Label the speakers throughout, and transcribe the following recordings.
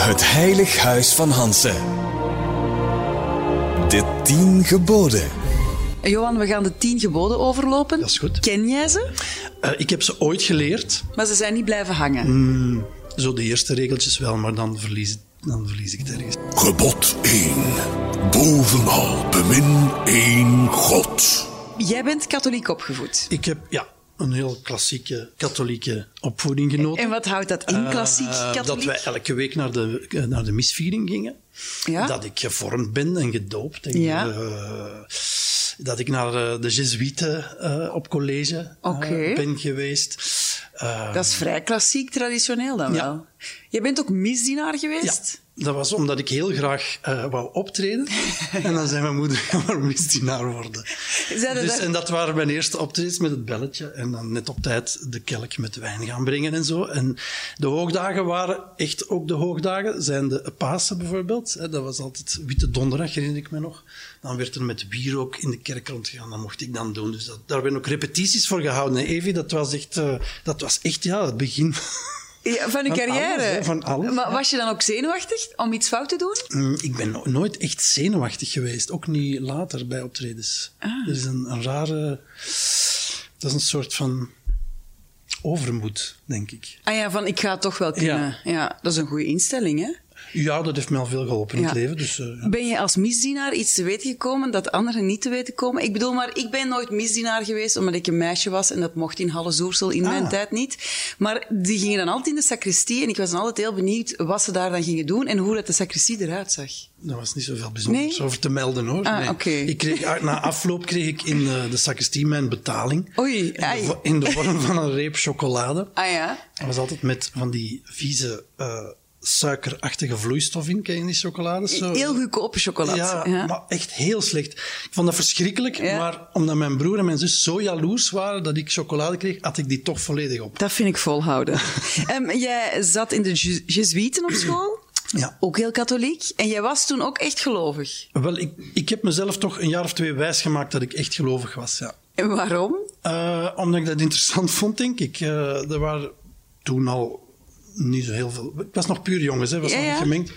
Speaker 1: Het Heilig Huis van Hansen. De tien geboden.
Speaker 2: Johan, we gaan de tien geboden overlopen.
Speaker 3: Dat is goed.
Speaker 2: Ken jij ze?
Speaker 3: Eh, ik heb ze ooit geleerd.
Speaker 2: Maar ze zijn niet blijven hangen.
Speaker 3: Mm. Zo de eerste regeltjes wel, maar dan verlies, dan verlies ik het ergens.
Speaker 4: Gebod 1. Bovenal bemin één God.
Speaker 2: Jij bent katholiek opgevoed.
Speaker 3: Ik heb ja, een heel klassieke katholieke opvoeding genoten.
Speaker 2: En wat houdt dat in, klassiek
Speaker 3: Eh,
Speaker 2: katholiek?
Speaker 3: dat wij elke week naar de, eh, naar de misviering gingen.
Speaker 2: Ja?
Speaker 3: Dat ik gevormd ben en gedoopt. En,
Speaker 2: Ja.
Speaker 3: eh, dat ik naar eh, de Jesuiten eh, op college eh,
Speaker 2: Oké.
Speaker 3: ben geweest. Eh,
Speaker 2: Dat is vrij klassiek, traditioneel dan
Speaker 3: Ja.
Speaker 2: wel. Je bent ook misdienaar
Speaker 3: Ja,
Speaker 2: geweest?
Speaker 3: dat was omdat ik heel graag eh, wou optreden. en dan zei mijn moeder, "Ja, maar misdienaar worden.
Speaker 2: Zeiden
Speaker 3: Dus,
Speaker 2: dat-
Speaker 3: En dat waren mijn eerste optredens met het belletje. En dan net op tijd de kelk met wijn gaan brengen en zo. En de hoogdagen waren echt ook de hoogdagen. Zijn de Pasen bijvoorbeeld. hè, Dat was altijd Witte Donderdag, herinner ik me nog. Dan werd er met wierook in de kerk rondgegaan. Dat mocht ik dan doen. Dus dat, daar werden ook repetities voor gehouden. hè, Evi, dat was echt, eh, dat was echt ja, het begin
Speaker 2: Ja, van een
Speaker 3: Van
Speaker 2: carrière?
Speaker 3: alles, hè, van alles,
Speaker 2: Maar
Speaker 3: ja.
Speaker 2: was je dan ook zenuwachtig om iets fout te doen?
Speaker 3: Mm, Ik ben no- nooit echt zenuwachtig geweest. Ook niet later bij optredens.
Speaker 2: Ah.
Speaker 3: Er is een, een rare... Dat is een soort van overmoed, denk ik.
Speaker 2: Ah ja, van ik ga het toch wel kunnen. Ja, dat is een goede instelling, hè?
Speaker 3: Ja, dat heeft me al veel geholpen in
Speaker 2: Ja.
Speaker 3: het leven. Dus, eh, ja.
Speaker 2: Ben je als misdienaar iets te weten gekomen dat anderen niet te weten komen? Ik bedoel, maar ik ben nooit misdienaar geweest omdat ik een meisje was en dat mocht in Halle-Zoersel in mijn
Speaker 3: Ah.
Speaker 2: tijd niet. Maar die gingen dan altijd in de sacristie en ik was dan altijd heel benieuwd wat ze daar dan gingen doen en hoe dat de sacristie eruit zag.
Speaker 3: Daar was niet zoveel bijzonders
Speaker 2: Nee?
Speaker 3: over te melden, hoor.
Speaker 2: Ah, oké.
Speaker 3: ik kreeg, ah, na afloop kreeg ik in eh, de sacristie mijn betaling.
Speaker 2: Oei,
Speaker 3: in de,
Speaker 2: ai.
Speaker 3: vo- in de vorm van een reep chocolade.
Speaker 2: Ah ja?
Speaker 3: Er was altijd met van die vieze... eh, suikerachtige vloeistof in, ken je die chocolades? Zo-
Speaker 2: Heel goedkope chocolade.
Speaker 3: Ja, maar echt heel slecht. Ik vond dat verschrikkelijk,
Speaker 2: Ja.
Speaker 3: maar omdat mijn broer en mijn zus zo jaloers waren dat ik chocolade kreeg, had ik die toch volledig op.
Speaker 2: Dat vind ik volhouden. Ehm, jij zat in de Jesu- Jesuiten op school,
Speaker 3: Ja.
Speaker 2: ook heel katholiek. En jij was toen ook echt gelovig.
Speaker 3: Wel, ik, ik heb mezelf toch een jaar of twee wijsgemaakt dat ik echt gelovig was, ja.
Speaker 2: En waarom?
Speaker 3: Eh, omdat ik dat interessant vond, denk ik. Eh, er waren toen al niet zo heel veel... Ik was nog puur jongens, hè. was
Speaker 2: Ja,
Speaker 3: nog niet
Speaker 2: ja.
Speaker 3: gemengd.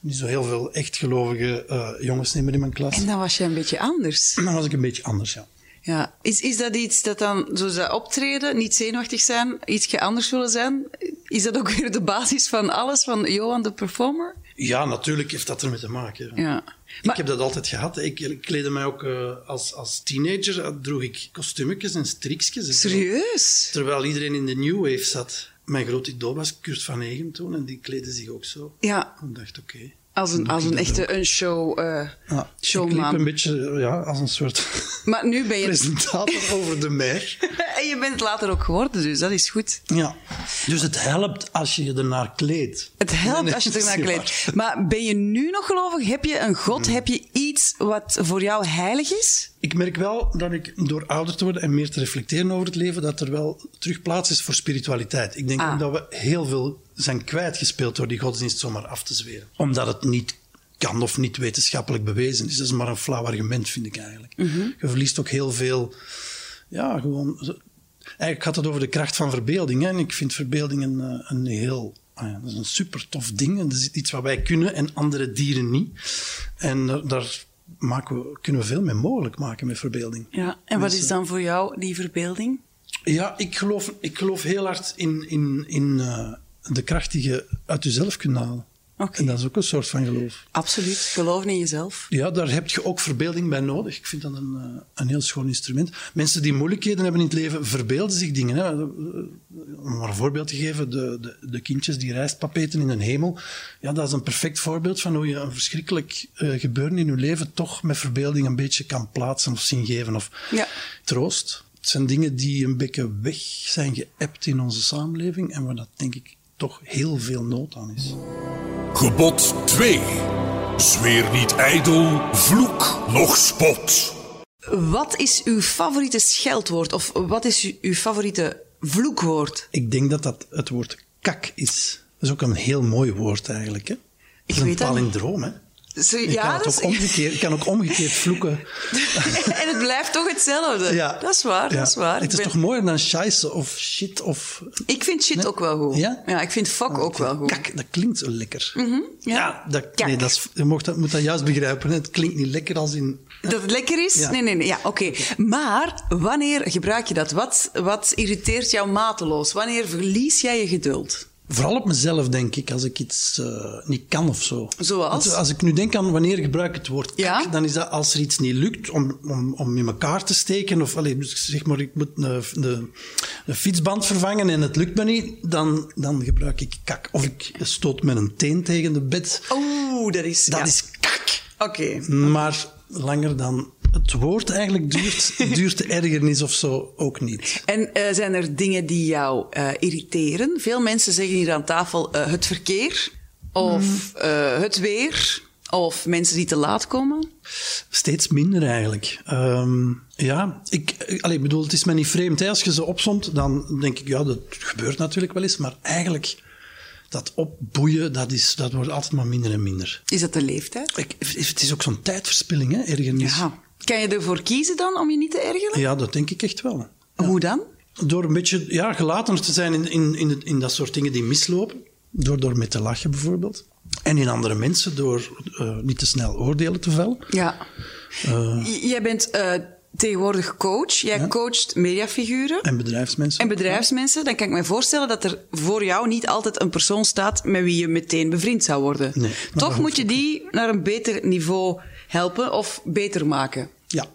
Speaker 3: Niet zo heel veel echt gelovige eh, jongens niet meer in mijn klas.
Speaker 2: En dan was je een beetje anders.
Speaker 3: Dan was ik een beetje anders, ja.
Speaker 2: Ja. Is, is dat iets dat dan, zoals dat optreden, niet zenuwachtig zijn, iets anders willen zijn? Is dat ook weer de basis van alles, van Johan de performer?
Speaker 3: Ja, natuurlijk heeft dat ermee te maken. ja.
Speaker 2: Ja.
Speaker 3: Ik heb dat altijd gehad. Ik kleedde mij ook eh, als, als teenager, eh, droeg ik kostuumetjes en strikjes.
Speaker 2: Serieus?
Speaker 3: Terwijl iedereen in de New Wave zat. Mijn grote idool was Kurt Van Egem toen en die kleedde zich ook zo.
Speaker 2: Ja,
Speaker 3: Ik dacht, oké.
Speaker 2: als een, als een echte een show, eh
Speaker 3: Ja, ik liep een
Speaker 2: showman.
Speaker 3: beetje eh, ja, als een soort
Speaker 2: Maar nu ben je...
Speaker 3: presentator over de mer.
Speaker 2: en je bent het later ook geworden, dus dat is goed.
Speaker 3: Ja. Dus het helpt als je je ernaar kleedt.
Speaker 2: Het helpt als je ernaar
Speaker 3: Nee, nee, dat is
Speaker 2: kleedt. Maar ben je nu nog gelovig? Heb je een God? Heb je iets wat voor jou heilig is?
Speaker 3: Ik merk wel dat ik door ouder te worden en meer te reflecteren over het leven, dat er wel terug plaats is voor spiritualiteit. Ik denk
Speaker 2: Ah.
Speaker 3: ook dat we heel veel zijn kwijtgespeeld door die godsdienst zomaar af te zweren. Omdat het niet kan of niet wetenschappelijk bewezen is. Dat is maar een flauw argument, vind ik eigenlijk. Je verliest ook heel veel. Ja, gewoon. zo- Eigenlijk gaat het over de kracht van verbeelding. Hè? En ik vind verbeelding een, eh, een heel. ah ja, dat is een super tof ding. En dat is iets wat wij kunnen en andere dieren niet. En daar, daar maken we, kunnen we veel mee mogelijk maken met verbeelding.
Speaker 2: Ja, en
Speaker 3: dus,
Speaker 2: wat
Speaker 3: eh,
Speaker 2: is dan voor jou die verbeelding?
Speaker 3: Ja, ik geloof, ik geloof heel hard in, in, in eh, de kracht die je uit jezelf kunt halen.
Speaker 2: Oké.
Speaker 3: En dat is ook een soort van geloof.
Speaker 2: Absoluut, geloven in jezelf.
Speaker 3: Ja, daar heb je ook verbeelding bij nodig. Ik vind dat een, eh, een heel schoon instrument. Mensen die moeilijkheden hebben in het leven, verbeelden zich dingen. Hè. Eh, Om maar een voorbeeld te geven, de, de, de kindjes die rijstpapeten in een hemel. Ja, dat is een perfect voorbeeld van hoe je een verschrikkelijk eh, gebeuren in je leven toch met verbeelding een beetje kan plaatsen of zien geven. Of
Speaker 2: Ja.
Speaker 3: troost. Het zijn dingen die een beetje weg zijn geëpt in onze samenleving en waar dat denk ik toch heel veel nood aan is.
Speaker 4: Gebod 2. Zweer niet ijdel, vloek noch spot.
Speaker 2: Wat is uw favoriete scheldwoord? Of wat is uw- uw favoriete vloekwoord?
Speaker 3: Ik denk dat dat het woord kak is. Dat is ook een heel mooi woord eigenlijk. Hè? Dat is
Speaker 2: weet
Speaker 3: een
Speaker 2: dat niet.
Speaker 3: palindroom, hè?
Speaker 2: Zo,
Speaker 3: Je
Speaker 2: ja,
Speaker 3: kan, het
Speaker 2: dat
Speaker 3: ook
Speaker 2: is-
Speaker 3: omgekeerd, je kan ook omgekeerd vloeken.
Speaker 2: en het blijft toch hetzelfde.
Speaker 3: Ja.
Speaker 2: Dat is waar,
Speaker 3: Ja.
Speaker 2: dat is waar.
Speaker 3: Het
Speaker 2: Ik
Speaker 3: is
Speaker 2: ben-
Speaker 3: toch mooier dan scheisse of shit of...
Speaker 2: Ik vind shit ook wel goed.
Speaker 3: Ja? Ah,
Speaker 2: ik vind fuck ook wel goed.
Speaker 3: Kak, dat klinkt zo lekker.
Speaker 2: Mhm, ja.
Speaker 3: ja. dat,
Speaker 2: Kak.
Speaker 3: nee, dat is, je mocht dat, moet dat juist begrijpen. hè. Het klinkt niet lekker als in...
Speaker 2: Dat het lekker is?
Speaker 3: Ja.
Speaker 2: Nee, nee, nee. Ja, oké. Maar wanneer gebruik je dat? Wat, wat irriteert jou mateloos? Wanneer verlies jij je geduld?
Speaker 3: Vooral op mezelf, denk ik, als ik iets eh, niet kan of zo.
Speaker 2: Zoals?
Speaker 3: Want als ik nu denk aan wanneer gebruik ik het woord kak,
Speaker 2: Ja?
Speaker 3: dan is dat als er iets niet lukt om, om, om in elkaar te steken. Of allee, dus zeg maar, ik moet een, de, een fietsband vervangen en het lukt me niet, dan, dan gebruik ik kak. Of ik stoot met een teen tegen de bed.
Speaker 2: Oeh, dat is...
Speaker 3: dat
Speaker 2: ja.
Speaker 3: is kak.
Speaker 2: Oké.
Speaker 3: Maar langer dan het woord eigenlijk duurt, duurt de ergernis of zo ook niet.
Speaker 2: En eh, zijn er dingen die jou eh, irriteren? Veel mensen zeggen hier aan tafel eh, het verkeer of eh, het weer of mensen die te laat komen.
Speaker 3: Steeds minder eigenlijk. Ehm, ja, ik, eh, allee, ik bedoel, het is mij niet vreemd. Hè? Als je ze opzomt, dan denk ik, ja, dat gebeurt natuurlijk wel eens. Maar eigenlijk, dat opboeien, dat, is, dat wordt altijd maar minder en minder.
Speaker 2: Is dat de leeftijd?
Speaker 3: Ik, het is ook zo'n tijdverspilling, hè, ergernis.
Speaker 2: Ja. Kan je ervoor kiezen dan om je niet te ergeren?
Speaker 3: ja, dat denk ik echt wel.
Speaker 2: Hoe dan?
Speaker 3: Door een beetje ja, gelatener te zijn in, in, in, het- in dat soort dingen die mislopen. Door, door mee te lachen bijvoorbeeld. En in andere mensen door eh, niet te snel oordelen te vellen.
Speaker 2: Ja. J- Jij bent eh, tegenwoordig coach. Jij coacht mediafiguren.
Speaker 3: En bedrijfsmensen.
Speaker 2: En bedrijfsmensen, dan kan ik me voorstellen dat er voor jou niet altijd een persoon staat met wie je meteen bevriend zou worden.
Speaker 3: Nee, maar dat
Speaker 2: Toch moet
Speaker 3: hoeft
Speaker 2: je
Speaker 3: ook
Speaker 2: die naar een beter niveau helpen of beter maken.
Speaker 3: Ja.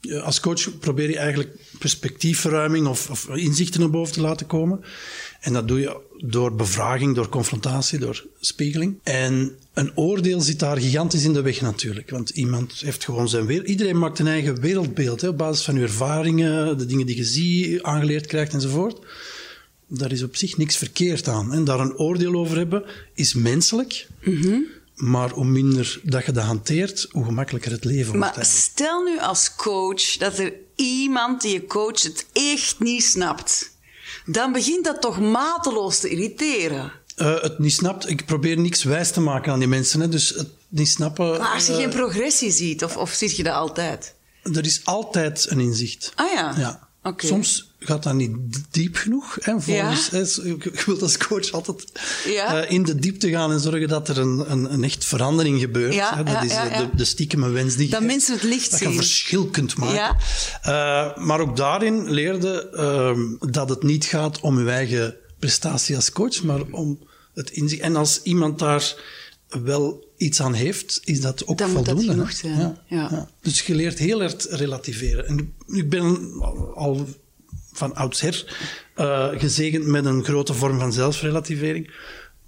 Speaker 3: Ja, Als coach probeer je eigenlijk perspectiefverruiming of, of inzichten naar boven te laten komen. En dat doe je door bevraging, door confrontatie, door spiegeling. En een oordeel zit daar gigantisch in de weg natuurlijk. Want iemand heeft gewoon zijn wereld. Iedereen maakt een eigen wereldbeeld hè, op basis van uw ervaringen, de dingen die je ziet, aangeleerd krijgt enzovoort. Daar is op zich niks verkeerd aan. En daar een oordeel over hebben is menselijk. Maar hoe minder dat je dat hanteert, hoe gemakkelijker het leven wordt.
Speaker 2: Maar
Speaker 3: eigenlijk.
Speaker 2: stel nu als coach dat er iemand die je coacht het echt niet snapt. Dan begint dat toch mateloos te irriteren.
Speaker 3: Eh, het niet snapt, ik probeer niks wijs te maken aan die mensen. Hè. Dus het niet snappen.
Speaker 2: Maar als je
Speaker 3: eh,
Speaker 2: geen progressie ziet, of, of zie je dat altijd?
Speaker 3: er is altijd een inzicht.
Speaker 2: Ah ja. Oké.
Speaker 3: Soms gaat dat niet diep genoeg. Hè, volgens,
Speaker 2: Ja.
Speaker 3: hè, zo- ik ik wil als coach altijd
Speaker 2: Ja.
Speaker 3: eh, in de diepte gaan en zorgen dat er een, een, een echt verandering gebeurt.
Speaker 2: Ja,
Speaker 3: hè. Dat
Speaker 2: ja,
Speaker 3: is eh,
Speaker 2: ja, ja.
Speaker 3: De, de stiekeme wens die je
Speaker 2: Dat
Speaker 3: hebt.
Speaker 2: mensen het licht
Speaker 3: dat
Speaker 2: zien.
Speaker 3: je een verschil kunt maken.
Speaker 2: Ja.
Speaker 3: Eh, maar ook daarin leerde ehm, dat het niet gaat om uw eigen prestatie als coach, maar om het inzicht. En als iemand daar wel iets aan heeft, is dat ook
Speaker 2: Dan moet dat
Speaker 3: voldoende. hè.
Speaker 2: genoeg zijn, ja.
Speaker 3: Dus je leert heel hard relativeren. En ik ben al- al van oudsher eh, gezegend met een grote vorm van zelfrelativering,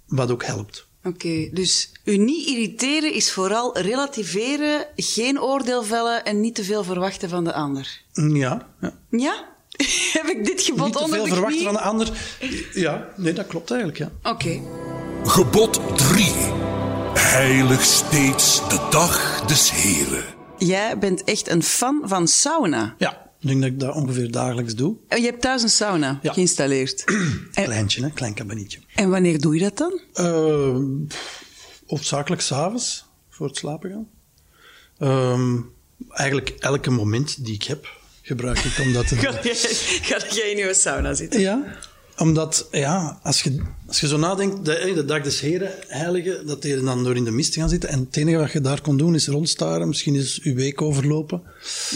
Speaker 3: wat ook helpt.
Speaker 2: Oké, dus u niet irriteren is vooral relativeren, geen oordeel vellen en niet te veel verwachten van de ander.
Speaker 3: Ja, ja.
Speaker 2: Ja? Heb ik dit gebod
Speaker 3: niet te
Speaker 2: onder
Speaker 3: veel
Speaker 2: de
Speaker 3: verwachten
Speaker 2: knie?
Speaker 3: van de ander. Ja, nee, dat klopt eigenlijk, ja.
Speaker 2: Oké.
Speaker 4: Gebod 3. Heilig steeds de dag des Heren.
Speaker 2: Jij bent echt een fan van sauna.
Speaker 3: Ja, ik denk dat ik dat ongeveer dagelijks doe.
Speaker 2: Eh, Je hebt thuis een sauna
Speaker 3: Ja.
Speaker 2: geïnstalleerd. en,
Speaker 3: Kleintje, hè? klein kabinetje.
Speaker 2: en wanneer doe je dat dan?
Speaker 3: Eh, pff, hoofdzakelijk s'avonds, voor het slapen gaan. Ehm, eigenlijk elke moment die ik heb, gebruik ik om dat te doen.
Speaker 2: jij, gaat jij in je sauna zitten?
Speaker 3: Ja, omdat ja, als, je, als je zo nadenkt, de, hè, de dag des heren, heiligen, dat die er dan door in de mist te gaan zitten. En het enige wat je daar kon doen is rondstaren, misschien is uw week overlopen.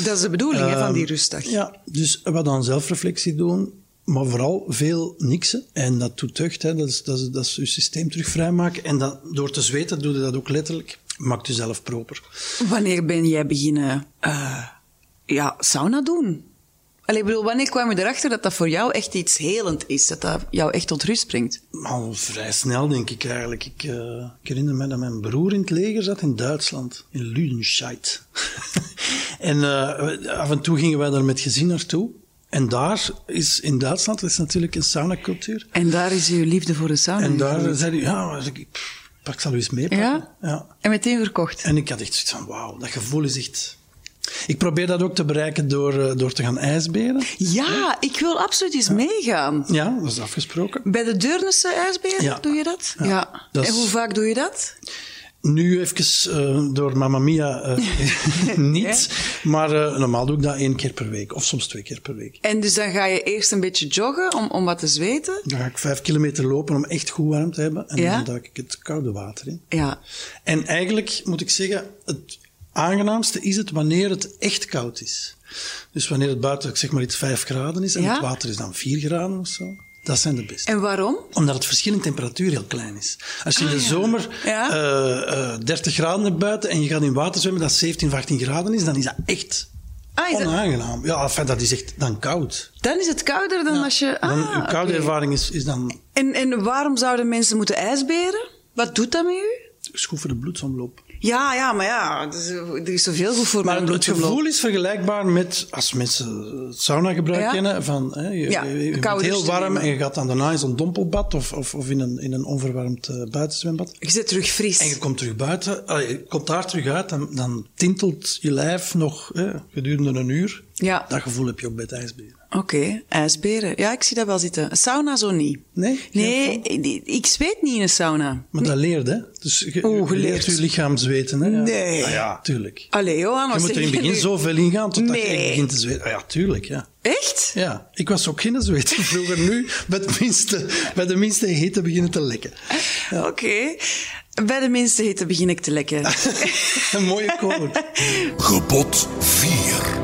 Speaker 2: Dat is de bedoeling hè, van die
Speaker 3: Ehm,
Speaker 2: rustdag.
Speaker 3: Ja, dus wat aan zelfreflectie doen, maar vooral veel niksen. En dat doet deugd, hè. Dat, is, dat, is, dat is je systeem terug vrijmaken. En dat, door te zweten doe je dat ook letterlijk. Maakt jezelf proper.
Speaker 2: Wanneer ben jij beginnen eh, ja, sauna doen? Allee, ik bedoel, wanneer kwam je erachter dat dat voor jou echt iets helend is? Dat dat jou echt tot rust brengt?
Speaker 3: Al vrij snel, denk ik eigenlijk. Ik, eh, ik herinner me dat mijn broer in het leger zat in Duitsland, in Ludenscheid. en eh, af en toe gingen wij daar met gezin naartoe. En daar is, in Duitsland is natuurlijk een sauna-cultuur.
Speaker 2: En daar is je liefde voor de sauna.
Speaker 3: En daar
Speaker 2: gegroeid.
Speaker 3: zei hij, ja, maar ik, pff, ik zal u eens meepakken.
Speaker 2: Oh, Ja?
Speaker 3: ja.
Speaker 2: En meteen verkocht.
Speaker 3: En ik had echt zoiets van, wauw, dat gevoel is echt... Ik probeer dat ook te bereiken door, eh, door te gaan ijsberen.
Speaker 2: Ja, ik wil absoluut eens meegaan.
Speaker 3: Ja, dat is afgesproken.
Speaker 2: Bij de Deurnense ijsbeer
Speaker 3: Ja.
Speaker 2: doe je dat?
Speaker 3: Ja. Dat
Speaker 2: En
Speaker 3: is-
Speaker 2: hoe vaak doe je dat?
Speaker 3: Nu even eh, door Mamma Mia eh, niet, maar eh, normaal doe ik dat één keer per week of soms twee keer per week.
Speaker 2: En dus dan ga je eerst een beetje joggen om, om wat te zweten.
Speaker 3: Dan ga ik vijf kilometer lopen om echt goed warm te hebben en
Speaker 2: Ja?
Speaker 3: dan duik ik het koude water in.
Speaker 2: Ja.
Speaker 3: En eigenlijk moet ik zeggen, het aangenaamste is het wanneer het echt koud is. Dus wanneer het buiten zeg maar iets 5 graden is en
Speaker 2: Ja?
Speaker 3: het water is dan 4 graden of zo. Dat zijn de beste.
Speaker 2: En waarom?
Speaker 3: Omdat het verschil in temperatuur heel klein is. Als je in de zomer
Speaker 2: Ah, Ja.
Speaker 3: eh, eh, 30 graden hebt buiten en je gaat in water zwemmen dat 17, of 18 graden is, dan is dat echt
Speaker 2: Ah, is dat-
Speaker 3: onaangenaam. Ja, enfin, dat is echt dan koud.
Speaker 2: Dan is het kouder dan als je...
Speaker 3: dan,
Speaker 2: Ah,
Speaker 3: een koude
Speaker 2: oké.
Speaker 3: ervaring is, is dan
Speaker 2: En, en waarom zouden mensen moeten ijsberen? Wat doet dat met u?
Speaker 3: is goed voor de bloedsomloop.
Speaker 2: Ja, ja, maar ja, het is- er is zoveel goed voor
Speaker 3: Maar
Speaker 2: mijn
Speaker 3: het
Speaker 2: bloedsomloop.
Speaker 3: gevoel is vergelijkbaar met als mensen het saunagebruik
Speaker 2: Ja.
Speaker 3: kennen. Van, hè, je
Speaker 2: Ja,
Speaker 3: je- je
Speaker 2: koude
Speaker 3: bent heel
Speaker 2: douche te
Speaker 3: warm
Speaker 2: nemen.
Speaker 3: en je gaat dan daarna in zo'n dompelbad of, of, of in, een, in een onverwarmd eh, buitenzwembad.
Speaker 2: Je zit terug fris.
Speaker 3: En je komt terug buiten, ah, je komt daar terug uit, dan, dan tintelt je lijf nog hè, gedurende een uur.
Speaker 2: Ja.
Speaker 3: Dat gevoel heb je ook bij het ijsberen.
Speaker 2: Oké, ijsberen. Ja, ik zie dat wel zitten. Een Sauna zo niet.
Speaker 3: Nee?
Speaker 2: Nee, ik, ik zweet niet in een sauna.
Speaker 3: Maar dat leert, hè? Dus je,
Speaker 2: Oeh,
Speaker 3: je
Speaker 2: geleerd.
Speaker 3: leert je lichaam zweten. Hè? Ja.
Speaker 2: Nee.
Speaker 3: Ah, ja, tuurlijk.
Speaker 2: Allee, Johan,
Speaker 3: Je
Speaker 2: wat
Speaker 3: moet er in
Speaker 2: zeg
Speaker 3: het begin
Speaker 2: nu?
Speaker 3: zoveel ingaan totdat je
Speaker 2: Nee.
Speaker 3: echt begint te zweten. Ah, ja, tuurlijk, ja.
Speaker 2: Echt?
Speaker 3: Ja, ik was ook geen zweet vroeger. Nu, bij, het minste, bij de minste hitte beginnen te lekken.
Speaker 2: Oké. Bij de minste hitte begin ik te lekken.
Speaker 3: Een mooie koor.
Speaker 4: Gebod 4.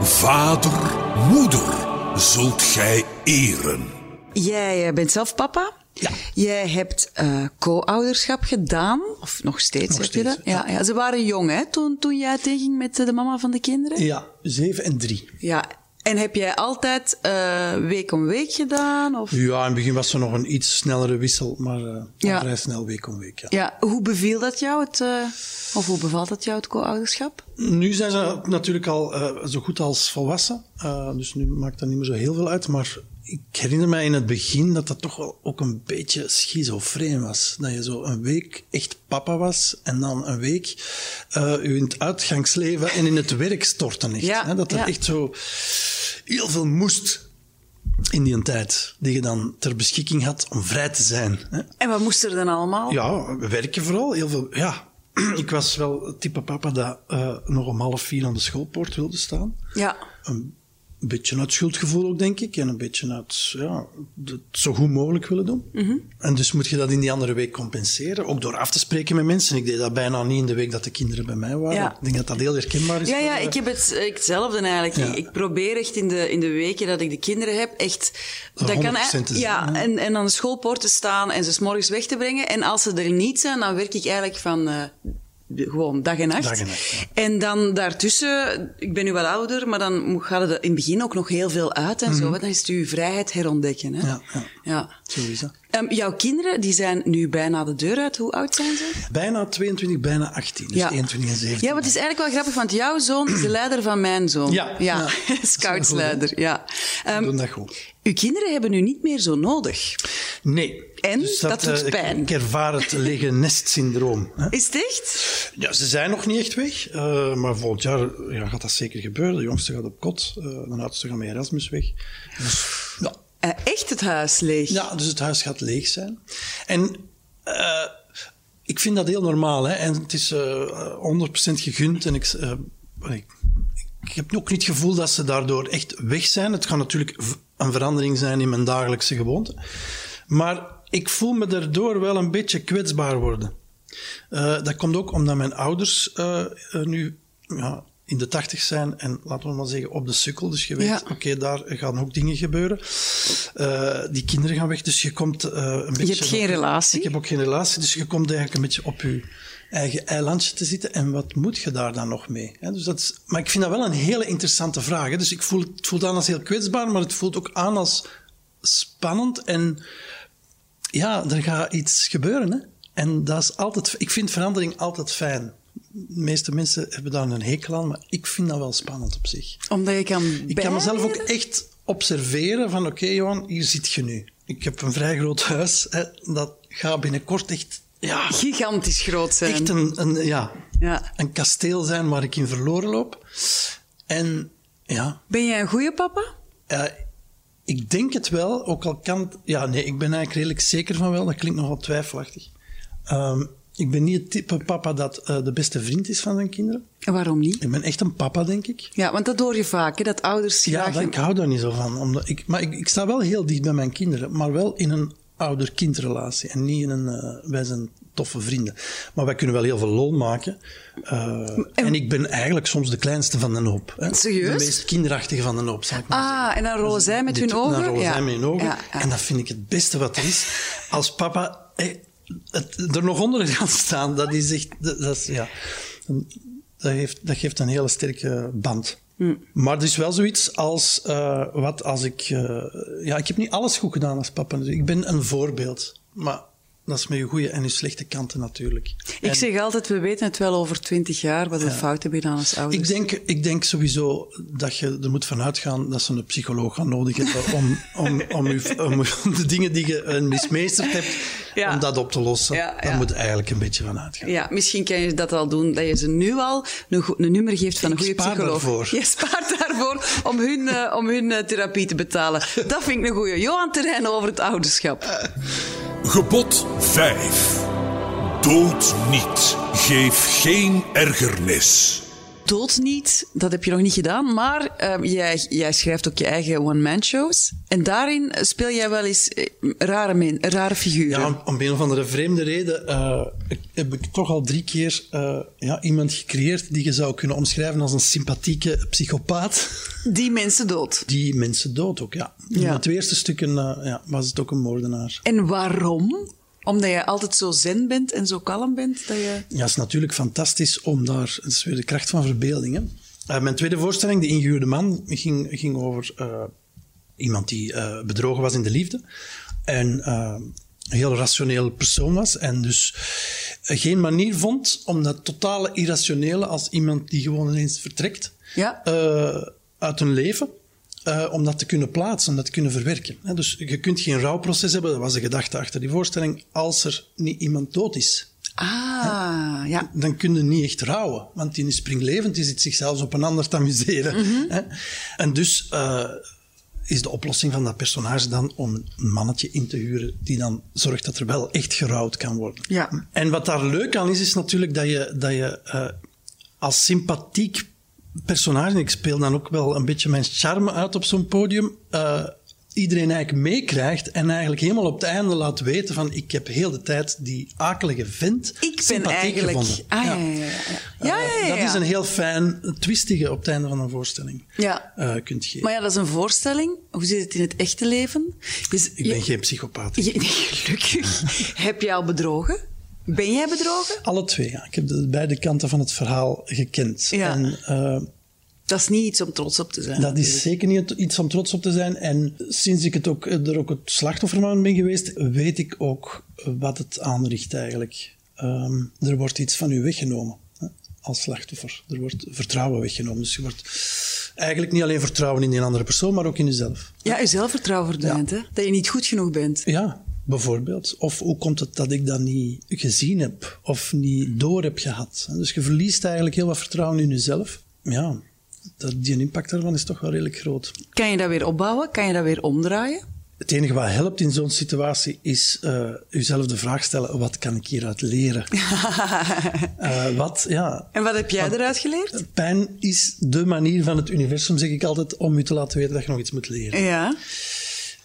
Speaker 4: Vader, moeder zult gij eren.
Speaker 2: Jij eh, bent zelf papa.
Speaker 3: Ja.
Speaker 2: Jij hebt eh, co-ouderschap gedaan, of nog steeds
Speaker 3: Nog
Speaker 2: heb
Speaker 3: steeds,
Speaker 2: je dat? Ja, ja, ze waren jong hè, toen, toen jij uitging met eh, de mama van de kinderen.
Speaker 3: Ja, zeven en drie.
Speaker 2: Ja. En heb jij altijd eh, week om week gedaan? Of?
Speaker 3: Ja, in het begin was er nog een iets snellere wissel, maar eh, al
Speaker 2: Ja.
Speaker 3: vrij snel week om week. Ja.
Speaker 2: Ja, hoe beviel dat jou, het, eh, of hoe bevalt dat jou, het co-ouderschap?
Speaker 3: Nu zijn ze natuurlijk al eh, zo goed als volwassen, eh, dus nu maakt dat niet meer zo heel veel uit. Maar ik herinner mij in het begin dat dat toch wel ook een beetje schizofreen was. Dat je zo een week echt papa was en dan een week eh, je in het uitgangsleven en in het werk storten. Echt,
Speaker 2: Ja,
Speaker 3: hè? Dat er
Speaker 2: ja.
Speaker 3: echt zo heel veel moest in die tijd, die je dan ter beschikking had om vrij te zijn. Hè?
Speaker 2: En wat moest er dan allemaal?
Speaker 3: Ja, we werken vooral. Heel veel, ja. Ik was wel het type papa dat eh, nog om half vier aan de schoolpoort wilde staan.
Speaker 2: Ja.
Speaker 3: Een beetje uit schuldgevoel ook, denk ik. En een beetje uit ja, het zo goed mogelijk willen doen.
Speaker 2: Mhm.
Speaker 3: En dus moet je dat in die andere week compenseren. Ook door af te spreken met mensen. Ik deed dat bijna niet in de week dat de kinderen bij mij waren.
Speaker 2: Ja.
Speaker 3: Ik denk dat dat heel herkenbaar is.
Speaker 2: Ja, ja,
Speaker 3: voor, eh,
Speaker 2: ik heb het, eh, hetzelfde eigenlijk.
Speaker 3: Ja.
Speaker 2: Ik, ik probeer echt in de, in de weken dat ik de kinderen heb, echt... Dat kan,
Speaker 3: 100% te zijn,
Speaker 2: ja,
Speaker 3: hè?
Speaker 2: en, en aan de schoolpoort te staan en ze 's morgens weg te brengen. En als ze er niet zijn, dan werk ik eigenlijk van... eh, gewoon dag en nacht.
Speaker 3: Dag en nacht, ja.
Speaker 2: En dan daartussen, ik ben nu wat ouder, maar dan mo- gaat het er in het begin ook nog heel veel uit en zo. Want dan is het uw vrijheid herontdekken. Hè?
Speaker 3: Mhm. Ja, ja.
Speaker 2: ja.
Speaker 3: Zo is dat.
Speaker 2: Ehm, jouw kinderen die zijn nu bijna de deur uit. Hoe oud zijn ze?
Speaker 3: Bijna 22, bijna 18. Dus 21 en 17.
Speaker 2: Ja, wat is eigenlijk wel grappig, want jouw zoon is de leider van mijn zoon.
Speaker 3: Ja, ja.
Speaker 2: ja.
Speaker 3: Dat is wel goed,
Speaker 2: scoutsleider. Ja. Ehm,
Speaker 3: Doen dat goed.
Speaker 2: uw kinderen hebben u niet meer zo nodig.
Speaker 3: Nee.
Speaker 2: En? Dat doet
Speaker 3: eh, ik-
Speaker 2: pijn.
Speaker 3: Ik ervaar het lege nest syndroom. Hè?
Speaker 2: Is het echt?
Speaker 3: Ja, ze zijn nog niet echt weg, eh, maar volgend jaar ja, gaat dat zeker gebeuren. De jongste gaat op kot, eh de oudste gaat met Erasmus weg. Dus, ja.
Speaker 2: Eh, echt het huis leeg?
Speaker 3: ja, dus het huis gaat leeg zijn. En eh, ik vind dat heel normaal. Hè? En het is eh 100% gegund. En ik, eh, ik, ik heb ook niet het gevoel dat ze daardoor echt weg zijn. Het kan natuurlijk v- een verandering zijn in mijn dagelijkse gewoonten. Maar ik voel me daardoor wel een beetje kwetsbaar worden. Eh, dat komt ook omdat mijn ouders eh, eh, nu ja, in de tachtig zijn en laten we maar zeggen op de sukkel. Dus je weet,
Speaker 2: Ja.
Speaker 3: oké, daar gaan ook dingen gebeuren. Eh, die kinderen gaan weg, dus je komt eh, een beetje...
Speaker 2: hebt geen
Speaker 3: op-
Speaker 2: relatie?
Speaker 3: Ik heb ook geen relatie, dus je komt eigenlijk een beetje op je eigen eilandje te zitten. En wat moet je daar dan nog mee? Hè, dus dat is, maar ik vind dat wel een hele interessante vraag. Hè. Dus ik voel, het voelt aan als heel kwetsbaar, maar het voelt ook aan als spannend en ja, er gaat iets gebeuren. Hè? En dat is altijd, ik vind verandering altijd fijn. De meeste mensen hebben daar een hekel aan, maar ik vind dat wel spannend op zich.
Speaker 2: Omdat je kan
Speaker 3: Ik kan mezelf ook echt observeren van oké Johan, hier zit je nu. Ik heb een vrij groot huis, hè? dat gaat binnenkort echt, ja,
Speaker 2: Gigantisch groot zijn.
Speaker 3: echt een, een, ja,
Speaker 2: Ja.
Speaker 3: een kasteel zijn waar ik in verloren loop. En ja,
Speaker 2: Ben jij een goede papa?
Speaker 3: eh, ik denk het wel, ook al kan... het- Ja, nee, ik ben eigenlijk redelijk zeker van wel. Dat klinkt nogal twijfelachtig. Ehm, Ik ben niet het type papa dat eh, de beste vriend is van zijn kinderen.
Speaker 2: En waarom niet?
Speaker 3: Ik ben echt een papa, denk ik.
Speaker 2: Ja, want dat hoor je vaak, hè, dat ouders
Speaker 3: Ja,
Speaker 2: graag...
Speaker 3: dat, ik hou daar niet zo van. Omdat ik, maar ik, ik sta wel heel dicht bij mijn kinderen, maar wel in een ouder-kindrelatie en niet in een eh, wij zijn toffe vrienden. Maar wij kunnen wel heel veel lol maken. Eh, en, ik ben eigenlijk soms de kleinste van de hoop. Hè?
Speaker 2: Serieus?
Speaker 3: De meest kinderachtige van de hoop, zal ik maar zeggen.
Speaker 2: Ah, en dan rollen zij met hun
Speaker 3: Dit-
Speaker 2: ogen?
Speaker 3: Dan rollen
Speaker 2: Ja.
Speaker 3: zij met hun ogen.
Speaker 2: Ja, ja.
Speaker 3: En dat vind ik het beste wat er is. Als papa eh, het, er nog onder gaat staan, dat is echt... Dat, dat is, ja. dat, heeft, dat geeft een hele sterke band.
Speaker 2: Mm.
Speaker 3: Maar er is wel zoiets als... eh, wat als ik... eh, ja, ik heb niet alles goed gedaan als papa. natuurlijk. Ik ben een voorbeeld. Maar dat is met je goede en je slechte kanten natuurlijk.
Speaker 2: Ik zeg altijd, we weten het wel over twintig jaar wat we fout hebben gedaan als ouders.
Speaker 3: Ik denk, ik denk sowieso dat je er moet vanuit gaan dat ze een psycholoog gaan nodig hebben om, om, om, u, om, om de dingen die je eh, mismeesterd hebt,
Speaker 2: Ja.
Speaker 3: om dat op te lossen.
Speaker 2: Ja, ja.
Speaker 3: Daar moet je eigenlijk een beetje van uitgaan.
Speaker 2: Ja, misschien kan je dat al doen, dat je ze nu al een, go- een nummer geeft van een
Speaker 3: Ik
Speaker 2: goede
Speaker 3: spaar
Speaker 2: psycholoog.
Speaker 3: daarvoor.
Speaker 2: Je spaart daarvoor om hun, eh, om hun eh, therapie te betalen. Dat vind ik een goeie. Johan Terrein over het ouderschap.
Speaker 4: Gebod 5. Dood niet. Geef geen ergernis.
Speaker 2: Dood niet, dat heb je nog niet gedaan, maar eh, jij, jij schrijft ook je eigen one-man-shows. En daarin speel jij wel eens eh, rare, men, rare figuren.
Speaker 3: Ja, om, om een of andere vreemde reden eh, ik- heb ik toch al drie keer eh, ja, iemand gecreëerd die je zou kunnen omschrijven als een sympathieke psychopaat.
Speaker 2: Die mensen dood.
Speaker 3: Die mensen dood ook, ja.
Speaker 2: Ja.
Speaker 3: In het eerste stuk een, eh, ja, was het ook een moordenaar.
Speaker 2: En waarom? Omdat je altijd zo zen bent en zo kalm bent dat je...
Speaker 3: Ja, het is natuurlijk fantastisch om daar... Het is weer de kracht van verbeelding, hè. Eh, mijn tweede voorstelling, De Ingehuurde Man, ging, ging over eh, iemand die eh, bedrogen was in de liefde. En eh, een heel rationeel persoon was. En dus geen manier vond om dat totale irrationele als iemand die gewoon ineens vertrekt
Speaker 2: Ja.
Speaker 3: eh, uit hun leven. eh, om dat te kunnen plaatsen, om dat te kunnen verwerken. hè. Dus je kunt geen rouwproces hebben, dat was de gedachte achter die voorstelling, als er niet iemand dood is
Speaker 2: Ah, ja.
Speaker 3: dan kun je niet echt rouwen. Want die is springlevend, die zit zichzelf op een ander te amuseren. hè. En dus eh, is de oplossing van dat personage dan om een mannetje in te huren die dan zorgt dat er wel echt gerouwd kan worden.
Speaker 2: Ja.
Speaker 3: En wat daar leuk aan is, is natuurlijk dat je, dat je eh, als sympathiek personage, en ik speel dan ook wel een beetje mijn charme uit op zo'n podium, eh, iedereen eigenlijk meekrijgt en eigenlijk helemaal op het einde laat weten van ik heb heel de tijd die akelige vent
Speaker 2: Ik ben
Speaker 3: sympathiek
Speaker 2: eigenlijk...
Speaker 3: gevonden.
Speaker 2: Ah, ja, ja, ja. ja. Ja,
Speaker 3: Eh,
Speaker 2: ja, ja,
Speaker 3: Dat is
Speaker 2: ja.
Speaker 3: een heel fijn twistige op het einde van een voorstelling
Speaker 2: Ja.
Speaker 3: eh, kunt geven.
Speaker 2: Maar ja, dat is een voorstelling. Hoe zit het in het echte leven? Dus
Speaker 3: ik ben geen psychopaat.
Speaker 2: je, nee, gelukkig. Heb jij al bedrogen? Ben jij bedrogen?
Speaker 3: Alle twee, ja. Ik heb de beide kanten van het verhaal gekend.
Speaker 2: Ja.
Speaker 3: En eh,
Speaker 2: Dat is niet iets om trots op te zijn.
Speaker 3: dat is zeker niet iets om trots op te zijn. En sinds ik het ook, eh, er ook het slachtoffer van ben geweest, weet ik ook eh, wat het aanricht eigenlijk. Ehm, er wordt iets van u weggenomen hè, als slachtoffer. Er wordt vertrouwen weggenomen. Dus je wordt eigenlijk niet alleen vertrouwen in die andere persoon, maar ook in jezelf.
Speaker 2: Ja, je zelfvertrouwen verdwijnt, hè? Dat je niet goed genoeg bent.
Speaker 3: Ja, bijvoorbeeld. Of hoe komt het dat ik dat niet gezien heb of niet door heb gehad? Dus je verliest eigenlijk heel wat vertrouwen in jezelf. Ja, dat, die impact daarvan is toch wel redelijk groot.
Speaker 2: Kan je dat weer opbouwen? Kan je dat weer omdraaien?
Speaker 3: Het enige wat helpt in zo'n situatie is eh jezelf de vraag stellen: wat kan ik hieruit leren? Eh, wat, ja.
Speaker 2: en wat heb jij eruit geleerd?
Speaker 3: Pijn is de manier van het universum, zeg ik altijd, om je te laten weten dat je nog iets moet leren.
Speaker 2: Ja.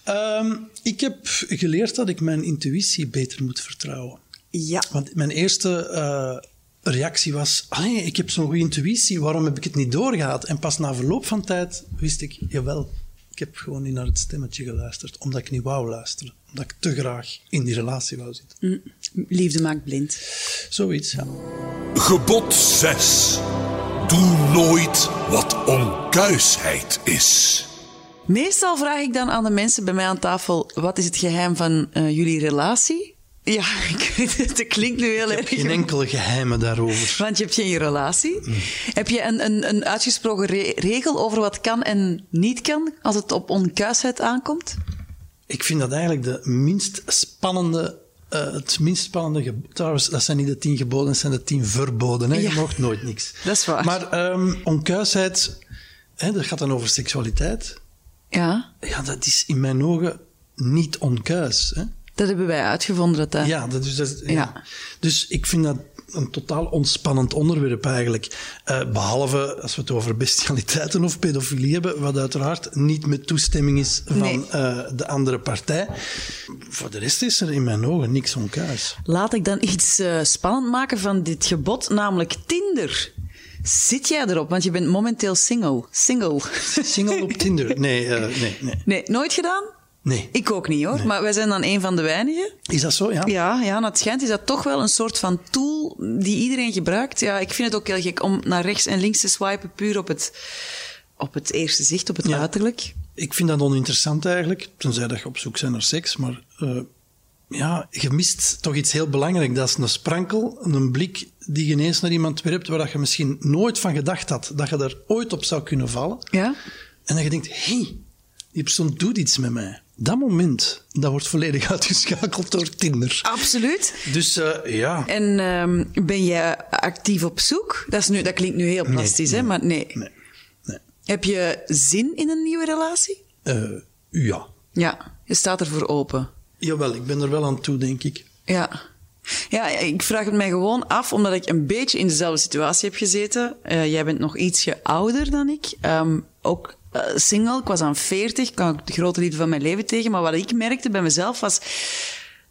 Speaker 3: Ehm, ik heb geleerd dat ik mijn intuïtie beter moet vertrouwen.
Speaker 2: Ja.
Speaker 3: Want mijn eerste eh, reactie was: "Allee, ik heb zo'n goede intuïtie, waarom heb ik het niet doorgehad? En pas na verloop van tijd wist ik: jawel, ik heb gewoon niet naar het stemmetje geluisterd, omdat ik niet wou luisteren, omdat ik te graag in die relatie wou zitten.
Speaker 2: Mm. Liefde maakt blind.
Speaker 3: Zoiets, ja.
Speaker 4: Gebod 6. Doe nooit wat onkuisheid is.
Speaker 2: Meestal vraag ik dan aan de mensen bij mij aan tafel: wat is het geheim van eh, jullie relatie? Ja, ik weet het, het klinkt nu heel erg.
Speaker 3: Geen Mm. enkele geheimen daarover.
Speaker 2: Want je hebt geen relatie. Heb je een, een, een uitgesproken re- regel over wat kan en niet kan als het op onkuisheid aankomt?
Speaker 3: Ik vind dat eigenlijk de minst spannende. eh, het minst spannende ge- Trouwens, dat zijn niet de tien geboden, dat zijn de tien verboden. Hè?
Speaker 2: Ja.
Speaker 3: Je mag nooit niks.
Speaker 2: Dat is waar.
Speaker 3: Maar ehm, onkuisheid, hè, dat gaat dan over seksualiteit.
Speaker 2: Ja.
Speaker 3: Ja, dat is in mijn ogen niet onkuis. Hè?
Speaker 2: Dat hebben wij uitgevonden. Dat eh. dat...
Speaker 3: Ja, dat, dus, dat, ja.
Speaker 2: Ja.
Speaker 3: dus ik vind dat een totaal ontspannend onderwerp eigenlijk. Eh, behalve als we het over bestialiteiten of pedofilie hebben, wat uiteraard niet met toestemming is van
Speaker 2: Nee.
Speaker 3: eh, de andere partij. Voor de rest is er in mijn ogen niks onkuis.
Speaker 2: Laat ik dan iets eh, spannend maken van dit gebod, namelijk Tinder. Zit jij erop? Want je bent momenteel single. Single.
Speaker 3: Single op Tinder? Nee, eh, nee, nee.
Speaker 2: Nee, nooit gedaan?
Speaker 3: nee.
Speaker 2: Ik ook niet hoor, maar wij zijn dan een van de weinigen.
Speaker 3: Is dat zo? Ja.
Speaker 2: Ja, ja, en het schijnt is dat toch wel een soort van tool die iedereen gebruikt. Ja, ik vind het ook heel gek om naar rechts en links te swipen puur op het, op het eerste zicht, op het
Speaker 3: Ja.
Speaker 2: uiterlijk.
Speaker 3: Ik vind dat oninteressant eigenlijk, tenzij dat je op zoek bent naar seks. Maar eh, ja, je mist toch iets heel belangrijk. Dat is een sprankel, een blik die je ineens naar iemand werpt waar dat je misschien nooit van gedacht had dat je daar ooit op zou kunnen vallen.
Speaker 2: Ja?
Speaker 3: En dat je denkt, hé, hey, die persoon doet iets met mij. Dat moment, dat wordt volledig uitgeschakeld door Tinder.
Speaker 2: Absoluut.
Speaker 3: Dus eh, ja,
Speaker 2: En ehm, ben jij actief op zoek? Dat, is nu, dat klinkt nu heel plastisch, hè? maar nee.
Speaker 3: nee. nee.
Speaker 2: Heb je zin in een nieuwe relatie?
Speaker 3: Eh, ja.
Speaker 2: Ja, je staat ervoor open.
Speaker 3: Jawel, ik ben er wel aan toe, denk ik.
Speaker 2: Ja. Ja, ik vraag het mij gewoon af, omdat ik een beetje in dezelfde situatie heb gezeten. Eh, jij bent nog ietsje ouder dan ik. Ehm, ook eh, single, ik was aan 40, kwam ik de grote liefde van mijn leven tegen. Maar wat ik merkte bij mezelf was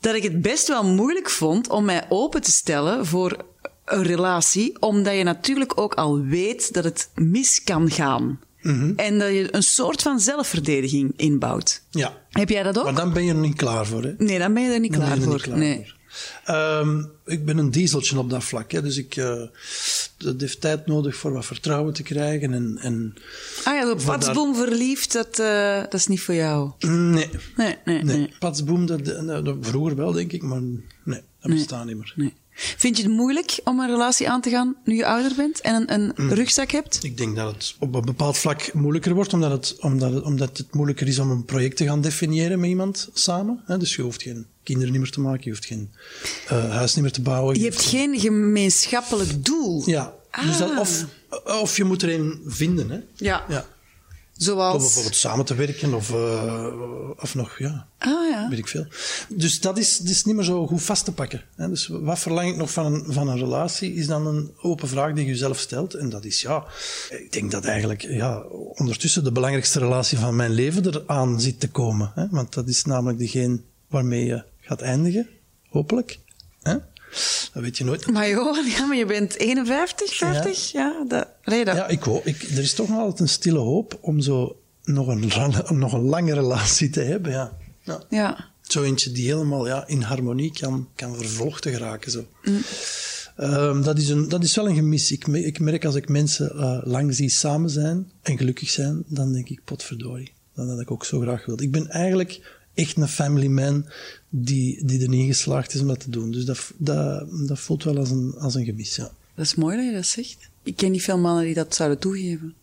Speaker 2: dat ik het best wel moeilijk vond om mij open te stellen voor een relatie, omdat je natuurlijk ook al weet dat het mis kan gaan.
Speaker 3: Mhm.
Speaker 2: En dat je een soort van zelfverdediging inbouwt.
Speaker 3: Ja.
Speaker 2: Heb jij dat ook?
Speaker 3: Maar dan ben je er niet klaar voor, hè?
Speaker 2: Nee, dan ben je er niet
Speaker 3: Dan ben
Speaker 2: klaar
Speaker 3: je er
Speaker 2: voor.
Speaker 3: niet klaar
Speaker 2: nee.
Speaker 3: voor. Ehm, ik ben een dieseltje op dat vlak. Hè. Dus ik, eh, dat heeft tijd nodig voor wat vertrouwen te krijgen. En, en,
Speaker 2: Ah ja, op
Speaker 3: Vandaar-
Speaker 2: Patsboom verliefd, dat, eh, dat is niet voor jou.
Speaker 3: nee,
Speaker 2: Nee, nee, nee.
Speaker 3: nee.
Speaker 2: nee.
Speaker 3: Patsboom, dat, eh, nou, dat- dat- vroeger wel denk ik, maar nee, dat bestaat niet meer.
Speaker 2: Vind je het moeilijk om een relatie aan te gaan nu je ouder bent en een, een
Speaker 3: Mm.
Speaker 2: rugzak hebt?
Speaker 3: Ik denk dat het op een bepaald vlak moeilijker wordt, omdat het, omdat het, omdat het moeilijker is om een project te gaan definiëren met iemand samen. Hè. Dus je hoeft geen kinderen niet meer te maken, je hoeft geen eh, huis niet meer te bouwen.
Speaker 2: Je
Speaker 3: je
Speaker 2: hebt geen gemeenschappelijk doel.
Speaker 3: Ja, dus dat, of, of je moet er een vinden. Hè.
Speaker 2: Ja.
Speaker 3: ja. Door
Speaker 2: Zoals.
Speaker 3: bijvoorbeeld samen te werken of, eh, of nog, ja,
Speaker 2: Ah ja.
Speaker 3: weet ik veel. Dus dat is, dat is niet meer zo goed vast te pakken. Hè? Dus wat verlang ik nog van een, van een relatie, is dan een open vraag die je jezelf stelt. En dat is, ja, ik denk dat eigenlijk ja, ondertussen de belangrijkste relatie van mijn leven eraan zit te komen. Hè? Want dat is namelijk degene waarmee je gaat eindigen, hopelijk. Hè? Dat weet je nooit.
Speaker 2: Maar Johan, ja, maar je bent 51, 50? Ja, dat, nee, dat-
Speaker 3: Ja, ik hoop. Ik, er is toch nog altijd een stille hoop om zo nog een, lange- nog een lange relatie te hebben. Ja. Ja.
Speaker 2: ja.
Speaker 3: Zo eentje die helemaal ja, in harmonie kan, kan vervlochten geraken. Zo. Ehm, dat, is een, dat is wel een gemis. Ik, me- ik merk als ik mensen eh, lang zie samen zijn en gelukkig zijn, dan denk ik, potverdorie, dat had ik ook zo graag wilde. Ik ben eigenlijk echt een family man die, die erin geslaagd is om dat te doen. Dus dat, v- dat, dat voelt wel als een, als een gemis, ja.
Speaker 2: Dat is mooi dat je dat zegt. Ik ken niet veel mannen die dat zouden toegeven.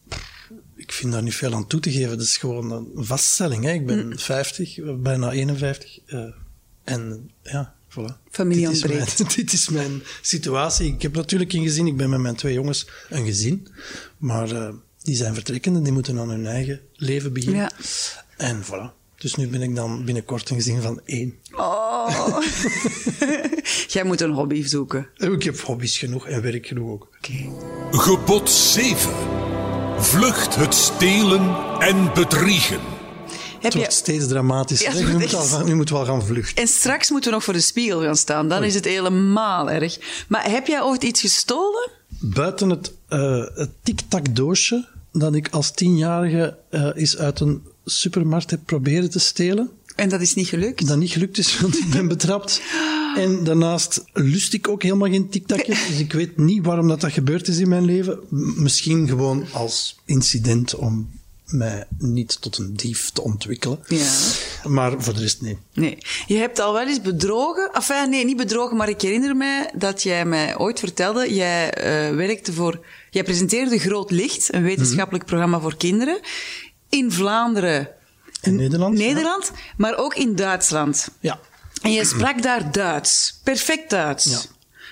Speaker 3: ik vind daar niet veel aan toe te geven. Dat is gewoon een vaststelling. Hè? Ik ben
Speaker 2: Mm.
Speaker 3: 50, bijna 51. eh, en ja, voilà.
Speaker 2: Familie
Speaker 3: dit is, mijn,
Speaker 2: ontbreekt.
Speaker 3: dit is mijn situatie. Ik heb natuurlijk een gezin. Ik ben met mijn twee jongens een gezin. Maar eh, die zijn vertrekkende. Die moeten aan hun eigen leven beginnen.
Speaker 2: Ja.
Speaker 3: En voilà. Dus nu ben ik dan binnenkort een gezin van één.
Speaker 2: Oh. Jij moet een hobby zoeken.
Speaker 3: Eh, Ik heb hobby's genoeg en werk genoeg ook.
Speaker 2: Oké.
Speaker 4: Gebod 7. Vlucht het stelen en bedriegen.
Speaker 2: Heb
Speaker 3: Het wordt
Speaker 2: je...
Speaker 3: steeds dramatischer.
Speaker 2: Ja,
Speaker 3: hè.
Speaker 2: het
Speaker 3: je
Speaker 2: wordt
Speaker 3: moet wel
Speaker 2: echt-
Speaker 3: gaan, nu moet wel gaan vluchten.
Speaker 2: En straks moeten we nog voor de spiegel gaan staan. Dan is het helemaal erg. Maar heb jij ooit iets gestolen?
Speaker 3: Buiten het, eh, het tic-tac-doosje dat ik als tienjarige eh eens uit een supermarkt heb proberen te stelen.
Speaker 2: En dat is niet gelukt.
Speaker 3: Dat niet gelukt is, want ik ben betrapt. En daarnaast lust ik ook helemaal geen tic-tacjes. Dus ik weet niet waarom dat, dat gebeurd is in mijn leven. M- Misschien gewoon als incident om mij niet tot een dief te ontwikkelen.
Speaker 2: Ja.
Speaker 3: Maar voor de rest, nee.
Speaker 2: Nee. Je hebt al wel eens bedrogen. Enfin, nee, niet bedrogen, maar ik herinner mij dat jij mij ooit vertelde. Jij eh, werkte voor. Jij presenteerde Groot Licht,
Speaker 3: Mhm.
Speaker 2: een wetenschappelijk programma voor kinderen. In Vlaanderen,
Speaker 3: In Nederland?
Speaker 2: Nederland, maar ook in Duitsland.
Speaker 3: Ja.
Speaker 2: En jij sprak daar Duits. Perfect Duits.
Speaker 3: Ja.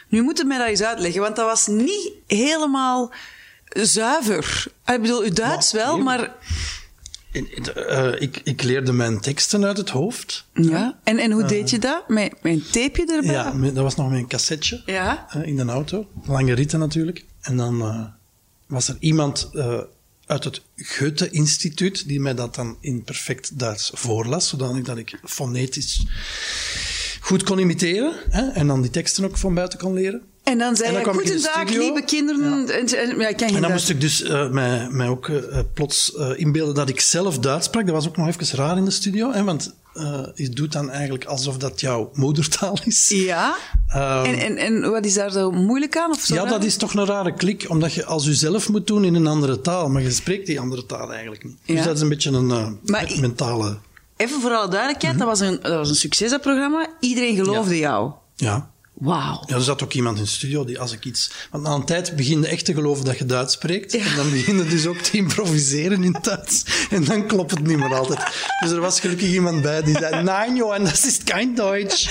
Speaker 2: Nu moet het mij dat eens uitleggen, want dat was niet helemaal zuiver. Ah, Ik bedoel, uw Duits
Speaker 3: Maar,
Speaker 2: wel,
Speaker 3: nee.
Speaker 2: maar
Speaker 3: in- in- eh, ik, ik leerde mijn teksten uit het hoofd.
Speaker 2: Ja. En, en hoe deed je dat? Met, met een tapeje erbij?
Speaker 3: Eh. Ja, me- dat was nog mijn cassetje
Speaker 2: Ja.
Speaker 3: eh, in de auto. Lange ritten natuurlijk. En dan eh, was er iemand eh, uit het Goethe-instituut die mij dat dan in perfect Duits voorlas, zodanig dat ik fonetisch goed kon imiteren hè, en dan die teksten ook van buiten kon leren.
Speaker 2: En dan zei
Speaker 3: En dan
Speaker 2: je,
Speaker 3: kwam ik in de
Speaker 2: goedendag,
Speaker 3: studio."
Speaker 2: lieve kinderen. En, en- ja, ik ken
Speaker 3: En
Speaker 2: geen
Speaker 3: dan
Speaker 2: Duits.
Speaker 3: moest ik dus eh, mij, mij ook eh, eh, plots eh, inbeelden dat ik zelf Duits sprak. Dat was ook nog even raar in de studio, hè, want eh, je doet dan eigenlijk alsof dat jouw moedertaal is.
Speaker 2: Ja.
Speaker 3: Ehm,
Speaker 2: en, en, en wat is daar zo moeilijk aan? Of zo
Speaker 3: Ja,
Speaker 2: raar?
Speaker 3: dat is toch een rare klik, omdat je als jezelf moet doen in een andere taal, maar je spreekt die andere taal eigenlijk niet.
Speaker 2: Ja.
Speaker 3: Dus dat is een beetje een eh,
Speaker 2: Maar
Speaker 3: met-
Speaker 2: ik-
Speaker 3: mentale.
Speaker 2: Even voor alle duidelijkheid, dat, was een, dat was een succes, dat programma. Iedereen geloofde jou.
Speaker 3: Ja.
Speaker 2: Wauw.
Speaker 3: ja, er zat ook iemand in de studio die als ik iets. Want na een tijd begin je echt te geloven dat je Duits spreekt.
Speaker 2: Ja.
Speaker 3: En dan begin je dus ook te improviseren in Duits. En dan klopt het niet meer altijd. Dus er was gelukkig iemand bij die zei: Nein, Johan, dat is geen Duits.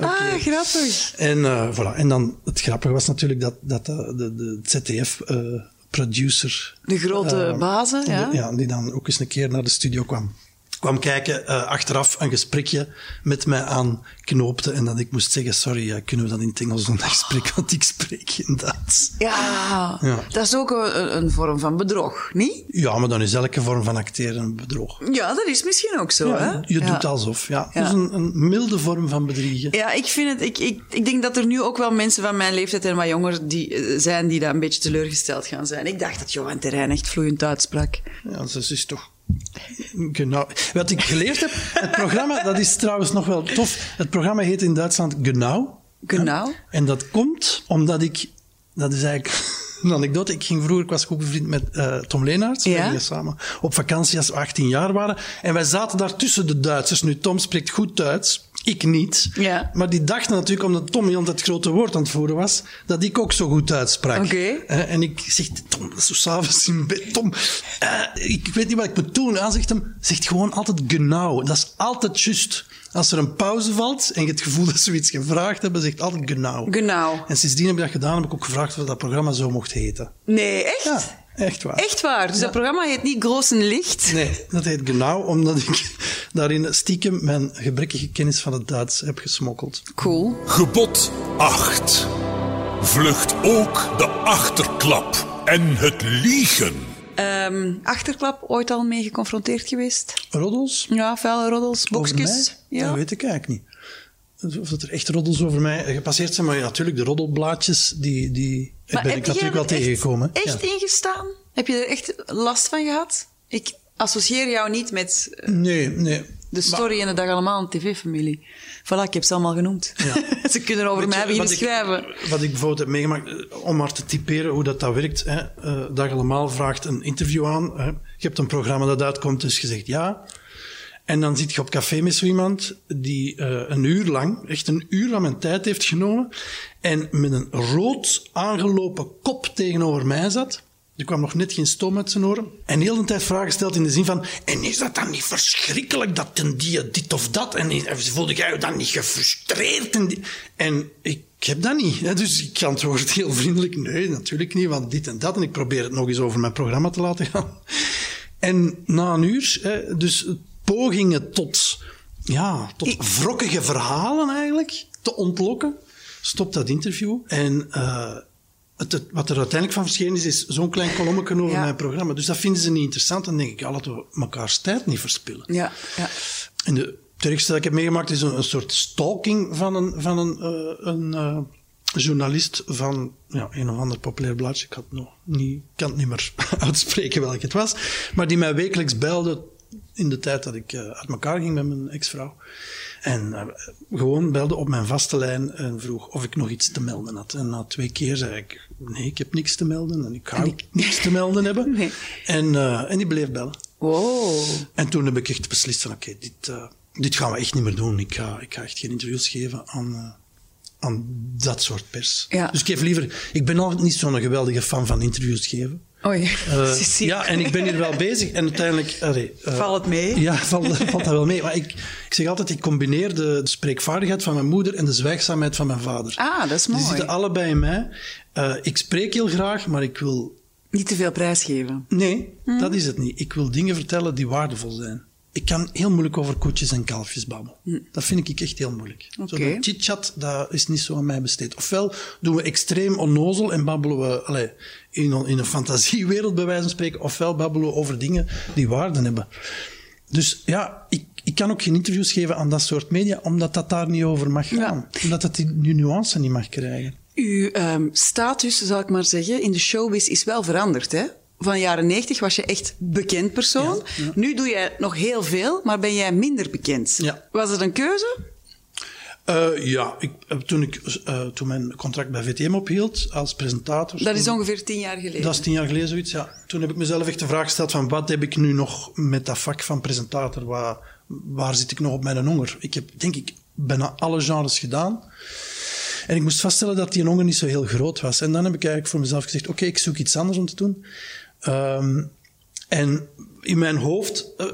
Speaker 2: Ah, grappig.
Speaker 3: En, eh, voilà. en dan, het grappige was natuurlijk dat, dat de, de, de eh, ZDF-producer.
Speaker 2: De grote
Speaker 3: Ehm,
Speaker 2: bazen, ja.
Speaker 3: ja, die dan ook eens een keer naar de studio kwam. Kwam kijken, eh, achteraf een gesprekje met mij aan knoopte. En dat ik moest zeggen: Sorry, eh, kunnen we dat in het Engels doen? dat gesprek? Want ik spreek geen Duits.
Speaker 2: Ja.
Speaker 3: Ja.
Speaker 2: dat is ook een, een- een vorm van bedrog, niet?
Speaker 3: Ja, maar dan is elke vorm van acteren een bedrog.
Speaker 2: Ja, dat is misschien ook zo, hè?
Speaker 3: Ja, je
Speaker 2: Ja.
Speaker 3: doet alsof, ja.
Speaker 2: Ja.
Speaker 3: Dat is een, een milde vorm van bedriegen.
Speaker 2: Ja, ik vind het. Ik, ik, ik denk dat er nu ook wel mensen van mijn leeftijd en wat jonger die, eh, zijn die daar een beetje teleurgesteld gaan zijn. Ik dacht dat Johan Terrein echt vloeiend uitsprak.
Speaker 3: Ja, dus dat is toch. Genau. Wat ik geleerd heb, het programma, dat is trouwens nog wel tof. Het programma heet in Duitsland Genau.
Speaker 2: Genau.
Speaker 3: En dat komt omdat ik, dat is eigenlijk een anekdote, ik ging vroeger, ik was goed bevriend met eh, Tom Leenaerts,
Speaker 2: Ja.
Speaker 3: we gingen samen op vakantie als we 18 jaar waren. En wij zaten daar tussen de Duitsers. Nu, Tom spreekt goed Duits, ik niet.
Speaker 2: Ja.
Speaker 3: Maar die dachten natuurlijk, omdat Tom heel dat grote woord aan het voeren was, dat ik ook zo goed Duits sprak.
Speaker 2: Oké.
Speaker 3: Eh, en ik zeg, Tom, zo s'avonds in bed, Tom, eh, ik weet niet wat ik moet doen. Aan zegt hem, zegt gewoon altijd genau. Dat is altijd juist. Als er een pauze valt en je het gevoel dat ze iets gevraagd hebben, zegt altijd genau.
Speaker 2: Genau.
Speaker 3: En sindsdien heb ik dat gedaan, heb ik ook gevraagd of dat programma zo mocht heten.
Speaker 2: Nee, echt?
Speaker 3: Ja, echt waar.
Speaker 2: Echt waar. Dus dat programma heet niet Großen Licht.
Speaker 3: Nee, dat heet genau, omdat ik daarin stiekem mijn gebrekkige kennis van het Duits heb gesmokkeld.
Speaker 2: Cool.
Speaker 4: Gebod 8. Vlucht ook de achterklap en het liegen.
Speaker 2: Ehm, achterklap ooit al mee geconfronteerd geweest?
Speaker 3: Roddels?
Speaker 2: Ja, vuile roddels,
Speaker 3: Over
Speaker 2: boekjes.
Speaker 3: mij? Dat
Speaker 2: Ja.
Speaker 3: weet ik eigenlijk niet. Of dat er echt roddels over mij gepasseerd zijn, maar ja, natuurlijk, de roddelblaadjes, die, die
Speaker 2: Maar
Speaker 3: ben
Speaker 2: heb
Speaker 3: ik
Speaker 2: jij
Speaker 3: natuurlijk wel
Speaker 2: er echt-
Speaker 3: tegengekomen.
Speaker 2: Echt,
Speaker 3: Ja.
Speaker 2: ingestaan? Heb je er echt last van gehad? Ik associeer jou niet met eh,
Speaker 3: Nee, nee.
Speaker 2: de story en de dag allemaal een tv-familie. Voilà, ik heb ze allemaal genoemd.
Speaker 3: Ja.
Speaker 2: ze kunnen over
Speaker 3: Weet
Speaker 2: mij
Speaker 3: je,
Speaker 2: beginnen
Speaker 3: wat
Speaker 2: schrijven.
Speaker 3: Ik, wat ik bijvoorbeeld heb meegemaakt, eh, om maar te typeren hoe dat, dat werkt. Hè. Eh, Dag Allemaal vraagt een interview aan. Hè. Je hebt een programma dat uitkomt, dus je zegt ja. En dan zit je op café met zo iemand die eh, een uur lang, echt een uur aan mijn tijd heeft genomen. En met een rood aangelopen kop tegenover mij zat. Er kwam nog net geen stoom uit zijn oren. En heel de tijd vragen stelt in de zin van... En is dat dan niet verschrikkelijk dat ten die dit of dat? En is- voelde jij je dan niet gefrustreerd? En, die- en ik heb dat niet. Hè? Dus ik antwoord heel vriendelijk... Nee, natuurlijk niet, want dit en dat. En ik probeer het nog eens over mijn programma te laten gaan. En na een uur, hè, dus pogingen tot, ja, tot wrokkige verhalen eigenlijk te ontlokken, stopt dat interview. En eh, het, het- wat er uiteindelijk van verschenen is, is zo'n klein kolommetje over
Speaker 2: Ja.
Speaker 3: mijn programma. Dus dat vinden ze niet interessant. Dan denk ik, ja, laten we mekaars tijd niet verspillen.
Speaker 2: Ja, ja.
Speaker 3: En de het ergste dat ik heb meegemaakt is een, een soort stalking van een, van een, eh, een eh, journalist van ja, een of ander populair blaadje. Ik had het nog niet, ik kan het niet meer uitspreken welk het was. Maar die mij wekelijks belde in de tijd dat ik eh, uit elkaar ging met mijn ex-vrouw. En eh, gewoon belde op mijn vaste lijn en vroeg of ik nog iets te melden had. En na twee keer zei ik, nee, ik heb niks te melden en ik ga ook niks te melden hebben.
Speaker 2: Nee.
Speaker 3: En, eh, en die bleef bellen.
Speaker 2: Wow.
Speaker 3: En toen heb ik echt beslist van, oké, dit, eh, dit gaan we echt niet meer doen. Ik ga, ik ga echt geen interviews geven aan, eh, aan dat soort pers.
Speaker 2: Ja.
Speaker 3: Dus ik geef liever... Ik ben altijd niet zo'n geweldige fan van interviews geven.
Speaker 2: Oei.
Speaker 3: Eh,
Speaker 2: Ze zien-
Speaker 3: ja, en ik ben hier wel bezig. En uiteindelijk... allee, eh,
Speaker 2: Valt het mee?
Speaker 3: Ja, valt, valt dat wel mee. Maar ik, ik zeg altijd, ik combineer de, de spreekvaardigheid van mijn moeder en de zwijgzaamheid van mijn vader.
Speaker 2: Ah, dat is
Speaker 3: Die
Speaker 2: mooi.
Speaker 3: zitten allebei in mij. Eh, ik spreek heel graag, maar ik wil
Speaker 2: Niet te veel prijs geven.
Speaker 3: Nee, dat is het niet. Ik wil dingen vertellen die waardevol zijn. Ik kan heel moeilijk over koetjes en kalfjes babbelen. Dat vind ik echt heel moeilijk. Zo
Speaker 2: Oké.
Speaker 3: dat chit-chat, dat is niet zo aan mij besteed. Ofwel doen we extreem onnozel en babbelen we allee, in, on- in een fantasiewereld, bij wijze van spreken. Ofwel babbelen we over dingen die waarde hebben. Dus ja, ik, ik kan ook geen interviews geven aan dat soort media, omdat dat daar niet over mag gaan. Omdat dat die nu nuance niet mag krijgen.
Speaker 2: Uw ehm, status, zal ik maar zeggen, in de showbiz is wel veranderd, hè? Van jaren 90 was je echt bekend persoon.
Speaker 3: Ja, ja.
Speaker 2: Nu doe jij nog heel veel, maar ben jij minder bekend.
Speaker 3: Ja.
Speaker 2: Was het een keuze?
Speaker 3: Eh, ja, ik, eh, toen, ik, eh, toen mijn contract bij VTM ophield als presentator.
Speaker 2: Dat is
Speaker 3: toen-
Speaker 2: ongeveer tien jaar geleden.
Speaker 3: Dat is tien jaar geleden zoiets, ja. Toen heb ik mezelf echt de vraag gesteld van wat heb ik nu nog met dat vak van presentator? Waar, waar zit ik nog op mijn honger? Ik heb, denk ik, bijna alle genres gedaan. En ik moest vaststellen dat die honger niet zo heel groot was. En dan heb ik eigenlijk voor mezelf gezegd, oké, ik zoek iets anders om te doen. Ehm, en in mijn hoofd eh,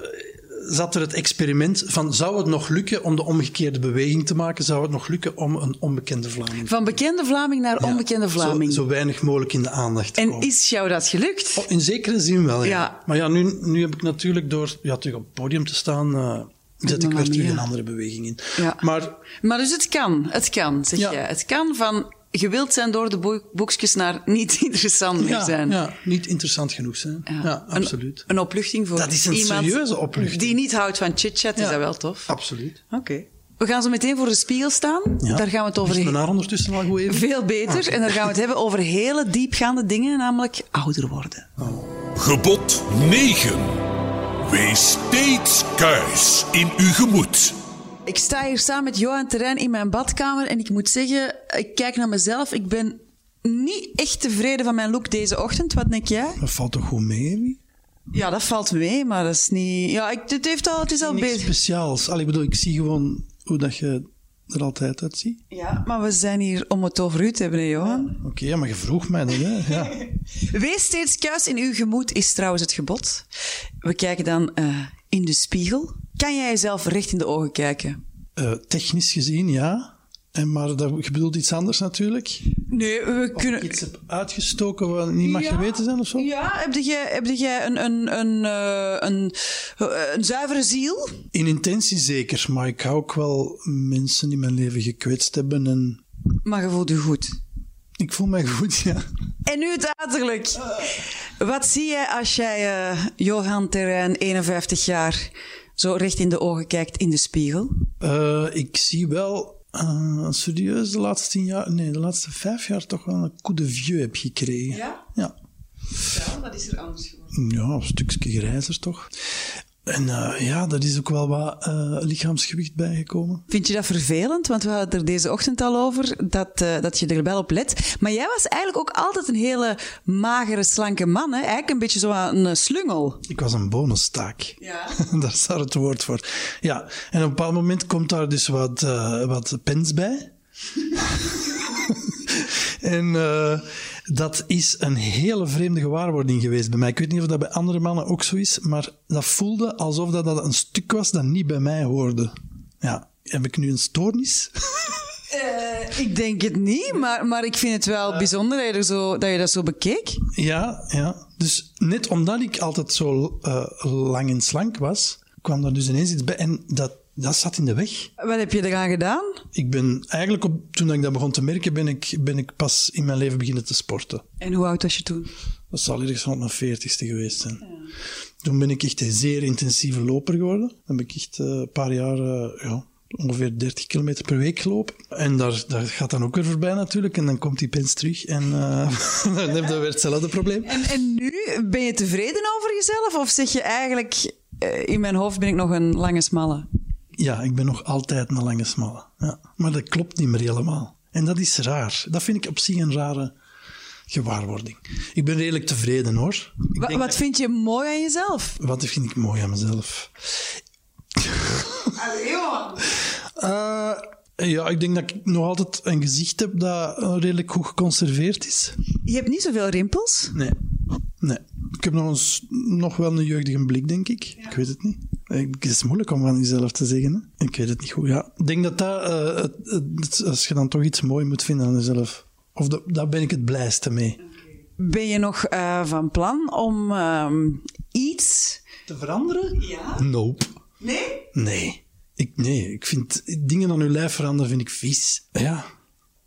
Speaker 3: zat er het experiment van, zou het nog lukken om de omgekeerde beweging te maken? Zou het nog lukken om een onbekende Vlaming
Speaker 2: Van bekende Vlaming naar
Speaker 3: Ja,
Speaker 2: onbekende
Speaker 3: zo-
Speaker 2: Vlaming.
Speaker 3: Zo, weinig mogelijk in de aandacht te
Speaker 2: En
Speaker 3: komen.
Speaker 2: is jou dat gelukt?
Speaker 3: Oh, in zekere zin wel, ja.
Speaker 2: Ja.
Speaker 3: Maar ja, nu, nu heb ik natuurlijk door ja, terug op het podium te staan, eh, zet ik
Speaker 2: Mamma
Speaker 3: weer terug
Speaker 2: mia.
Speaker 3: een andere beweging in.
Speaker 2: Ja.
Speaker 3: Maar
Speaker 2: Maar dus het kan, het kan, zeg
Speaker 3: Ja.
Speaker 2: jij. Het kan van gewild zijn door de boek- boekjes naar niet interessant meer
Speaker 3: ja,
Speaker 2: zijn.
Speaker 3: ja, niet interessant genoeg zijn. Ja,
Speaker 2: Een-
Speaker 3: absoluut.
Speaker 2: Een, opluchting voor
Speaker 3: Dat is een
Speaker 2: iemand
Speaker 3: serieuze opluchting.
Speaker 2: die niet houdt van chit-chat, is
Speaker 3: Ja, Ah.
Speaker 2: dat wel tof.
Speaker 3: Absoluut.
Speaker 2: Oké. We gaan zo meteen voor de spiegel staan.
Speaker 3: Ja.
Speaker 2: Daar gaan we het over
Speaker 3: Is
Speaker 2: he-
Speaker 3: mijn haar ondertussen al goed even? Ah.
Speaker 2: veel beter. En daar gaan we het hebben over hele diepgaande dingen, namelijk ouder worden.
Speaker 4: Gebod 9. Wees steeds kuis in uw gemoed.
Speaker 2: Ik sta hier samen met Johan Terrein in mijn badkamer en ik moet zeggen, ik kijk naar mezelf. Ik ben niet echt tevreden van mijn look deze ochtend. Wat denk jij?
Speaker 3: Dat valt toch goed mee, Amy?
Speaker 2: Ja, dat valt mee, maar dat is niet... Ja, ik, het, heeft al, het is al
Speaker 3: Niks
Speaker 2: beter.
Speaker 3: speciaals. Allee, ik bedoel, ik zie gewoon hoe dat je er altijd uitziet.
Speaker 2: Ja, maar we zijn hier om het over u te hebben, hè, Johan.
Speaker 3: Oké, ja, maar je vroeg mij dat, hè? Ja.
Speaker 2: Wees steeds kuis in uw gemoed is trouwens het gebod. We kijken dan eh, in de spiegel. Kan jij jezelf recht in de ogen kijken?
Speaker 3: Eh, technisch gezien, ja. En, maar dat, je bedoelt iets anders natuurlijk.
Speaker 2: Nee, we kunnen...
Speaker 3: Iets heb uitgestoken wat niet mag
Speaker 2: Ja.
Speaker 3: geweten zijn of zo?
Speaker 2: Ja, heb jij, heb jij een, een, een, eh, een, eh, een zuivere ziel?
Speaker 3: In intentie zeker, maar ik hou ook wel mensen in mijn leven gekwetst hebben en
Speaker 2: Maar je voelt je goed.
Speaker 3: ik voel mij goed, ja.
Speaker 2: En nu het uiterlijk. Wat zie jij als jij eh, Johan Terrein, 51 jaar, zo recht in de ogen kijkt in de spiegel?
Speaker 3: Eh, ik zie wel eh, serieus de laatste tien jaar, nee, de laatste vijf jaar toch wel een coup de vieux heb gekregen.
Speaker 2: Ja?
Speaker 3: Ja,
Speaker 2: Ja, dat is er anders geworden.
Speaker 3: ja een stukje grijzer toch. En eh, ja, daar is ook wel wat eh, lichaamsgewicht bijgekomen.
Speaker 2: Vind je dat vervelend? Want we hadden het er deze ochtend al over, dat, eh, dat je er wel op let. Maar jij was eigenlijk ook altijd een hele magere, slanke man. Hè? Eigenlijk een beetje zo'n een eh, slungel.
Speaker 3: Ik was een bonustaak.
Speaker 2: Ja.
Speaker 3: daar staat het woord voor. Ja, en op een bepaald moment komt daar dus wat, eh, wat pens bij. en eh, dat is een hele vreemde gewaarwording geweest bij mij. Ik weet niet of dat bij andere mannen ook zo is, maar dat voelde alsof dat, dat een stuk was dat niet bij mij hoorde. Ja, heb ik nu een stoornis?
Speaker 2: ik denk het niet, maar, maar ik vind het wel bijzonder dat je, er zo, dat je dat zo bekeek.
Speaker 3: Ja, ja. Dus net omdat ik altijd zo eh, lang en slank was, kwam er dus ineens iets bij. En dat, dat zat in de weg.
Speaker 2: Wat heb je eraan gedaan?
Speaker 3: Ik ben eigenlijk, op, toen ik dat begon te merken, ben ik, ben ik pas in mijn leven beginnen te sporten.
Speaker 2: En hoe oud was je toen?
Speaker 3: Dat zal ergens rond mijn veertigste geweest zijn. Toen ben ik echt een zeer intensieve loper geworden. Dan heb ik echt eh, een paar jaar, eh, ja, ongeveer 30 kilometer per week gelopen. En daar, daar gaat dan ook weer voorbij natuurlijk. En dan komt die pens terug en eh, dan heb je weer hetzelfde probleem.
Speaker 2: En, en nu, ben je tevreden over jezelf? Of zeg je eigenlijk, eh, in mijn hoofd ben ik nog een lange smalle?
Speaker 3: Ja, ik ben nog altijd een lange smalle. Ja. Maar dat klopt niet meer helemaal. En dat is raar. Dat vind ik op zich een rare gewaarwording. Ik ben redelijk tevreden hoor. Ik
Speaker 2: Wa-
Speaker 3: denk-
Speaker 2: wat vind je mooi aan jezelf?
Speaker 3: Wat vind ik mooi aan mezelf? Eh, ja, ik denk dat ik nog altijd een gezicht heb dat eh, redelijk goed geconserveerd is.
Speaker 2: Je hebt niet zoveel rimpels.
Speaker 3: Nee. Nee. Ik heb nog, eens, nog wel een jeugdige blik, denk ik. Ik weet het niet. Ik- Het is moeilijk om van jezelf te zeggen. Hè? Ik weet het niet goed. Ja. Ik denk dat dat, eh, het- het- als je dan toch iets mooi moet vinden aan jezelf, of dat, daar ben ik het blijste mee.
Speaker 2: Ben je nog eh, van plan om ehm, iets...
Speaker 3: Te veranderen?
Speaker 2: Ja?
Speaker 3: Nope.
Speaker 2: Nee?
Speaker 3: Nee. Ik, nee, ik vind dingen aan uw lijf veranderen vind ik vies. Ja,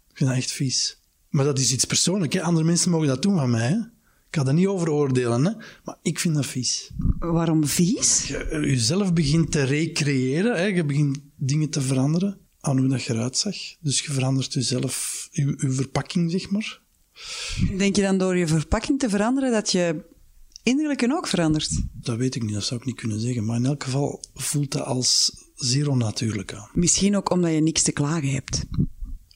Speaker 3: ik vind dat echt vies. Maar dat is iets persoonlijks. Hè? Andere mensen mogen dat doen van mij. Hè? Ik ga daar niet over oordelen, hè? maar ik vind dat vies.
Speaker 2: Waarom vies?
Speaker 3: Je eh, jezelf begint te recreëren, hè? je begint dingen te veranderen aan hoe dat je eruit zag. Dus je verandert jezelf, je, je verpakking, zeg maar.
Speaker 2: Denk je dan door je verpakking te veranderen dat je innerlijke ook verandert?
Speaker 3: Dat weet ik niet, dat zou ik niet kunnen zeggen. Maar in elk geval voelt dat als zeer onnatuurlijk aan.
Speaker 2: Misschien ook omdat je niks te klagen hebt.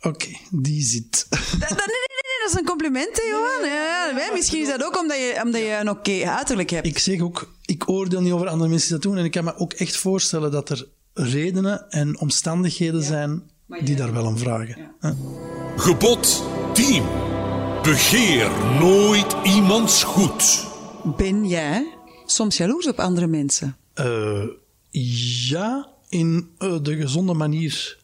Speaker 3: Oké, die zit.
Speaker 2: Dat, dat- nee, nee, nee, nee, dat is een compliment, hè, Johan. Ja, ja, hè, misschien is dat ook omdat je, omdat je een oké uiterlijk hebt.
Speaker 3: Ik zeg ook, ik oordeel niet over andere mensen die dat doen. En ik kan me ook echt voorstellen dat er redenen en omstandigheden zijn
Speaker 2: Maar ja.
Speaker 3: die daar wel om vragen. Hè?
Speaker 4: Gebod 10. Begeer nooit iemands goed.
Speaker 2: Ben jij soms jaloers op andere mensen?
Speaker 3: Eh, ja, in eh, de gezonde manier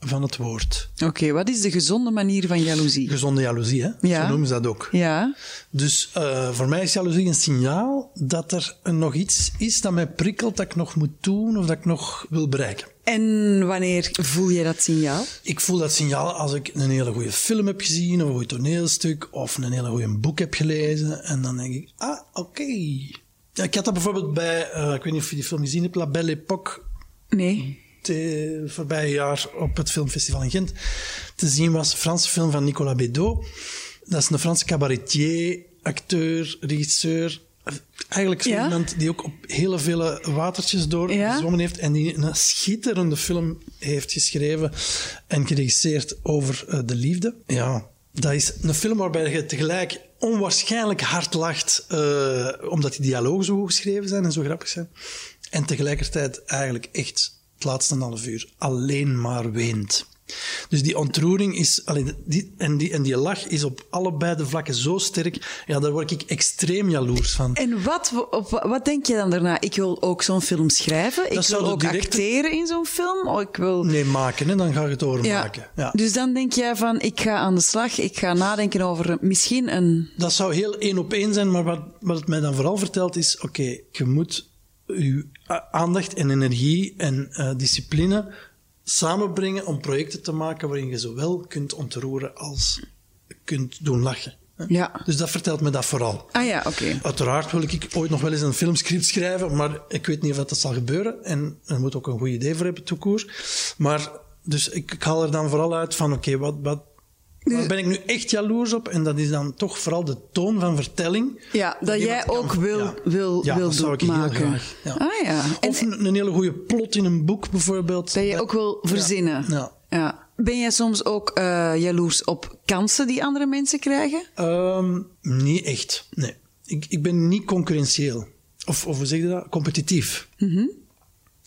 Speaker 3: van het woord.
Speaker 2: Oké, wat is de gezonde manier van jaloezie?
Speaker 3: Gezonde jaloezie, hè?
Speaker 2: Ja.
Speaker 3: Zo noemen ze dat ook.
Speaker 2: Ja,
Speaker 3: Dus eh, voor mij is jaloezie een signaal dat er een- nog iets is dat mij prikkelt dat ik nog moet doen of dat ik nog wil bereiken.
Speaker 2: en wanneer voel je dat signaal?
Speaker 3: Ik voel dat signaal als ik een hele goede film heb gezien, of een goed toneelstuk, of een hele goede boek heb gelezen. En dan denk ik, ah, oké. Ja, ik had dat bijvoorbeeld bij, eh, ik weet niet of je die film gezien hebt, La Belle Époque,
Speaker 2: Nee.
Speaker 3: te, voorbije jaar op het filmfestival in Gent te zien was. Een Franse film van Nicolas Bedeau. Dat is een Franse cabaretier, acteur, regisseur. Eigenlijk zo
Speaker 2: Ja?
Speaker 3: iemand die ook op hele vele watertjes door
Speaker 2: Ja?
Speaker 3: gezwommen heeft en die een schitterende film heeft geschreven en geregisseerd over eh, de liefde. Ja, dat is een film waarbij je tegelijk onwaarschijnlijk hard lacht, eh, omdat die dialogen zo goed geschreven zijn en zo grappig zijn. En tegelijkertijd eigenlijk echt het laatste half uur alleen maar weent. Dus die ontroering is, allee, die, en, die, en die lach is op allebei de vlakken zo sterk. Ja, daar word ik extreem jaloers van.
Speaker 2: En wat, wo- op, wa- wat denk je dan daarna? Ik wil ook zo'n film schrijven. Ik
Speaker 3: zou
Speaker 2: wil
Speaker 3: de
Speaker 2: ook
Speaker 3: directe-
Speaker 2: acteren in zo'n film. Oh, ik wil...
Speaker 3: Nee, maken, hè, dan ga je het over maken. Ja.
Speaker 2: Dus dan denk jij van, ik ga aan de slag. Ik ga nadenken over misschien een...
Speaker 3: Dat zou heel één op één zijn, maar wat, wat het mij dan vooral vertelt is: oké, je moet je a- aandacht en energie en eh, discipline samenbrengen om projecten te maken waarin je zowel kunt ontroeren als kunt doen lachen. hè.
Speaker 2: Ja.
Speaker 3: Dus dat vertelt me dat vooral.
Speaker 2: Ah ja, oké.
Speaker 3: Uiteraard wil ik ooit nog wel eens een filmscript schrijven, maar ik weet niet of dat, dat zal gebeuren. En er moet ook een goed idee voor hebben, toekoer. Maar dus ik, ik haal er dan vooral uit van, oké, wat, wat, waar ben ik nu echt jaloers op? En dat is dan toch vooral de toon van vertelling.
Speaker 2: Ja, dat
Speaker 3: Die
Speaker 2: jij
Speaker 3: wat kan-
Speaker 2: ook wil,
Speaker 3: ja.
Speaker 2: wil,
Speaker 3: Ja,
Speaker 2: wil
Speaker 3: dat zou ik
Speaker 2: doen-
Speaker 3: heel
Speaker 2: maken.
Speaker 3: graag. Ja.
Speaker 2: Ah ja. En
Speaker 3: Of een, een hele goede plot in een boek bijvoorbeeld.
Speaker 2: dat je ook wil verzinnen.
Speaker 3: Ja.
Speaker 2: Ja. Ben jij soms ook eh, jaloers op kansen die andere mensen krijgen?
Speaker 3: Ehm, niet echt, nee. Ik, ik ben niet concurrentieel. Of, of hoe zeg je dat? Competitief.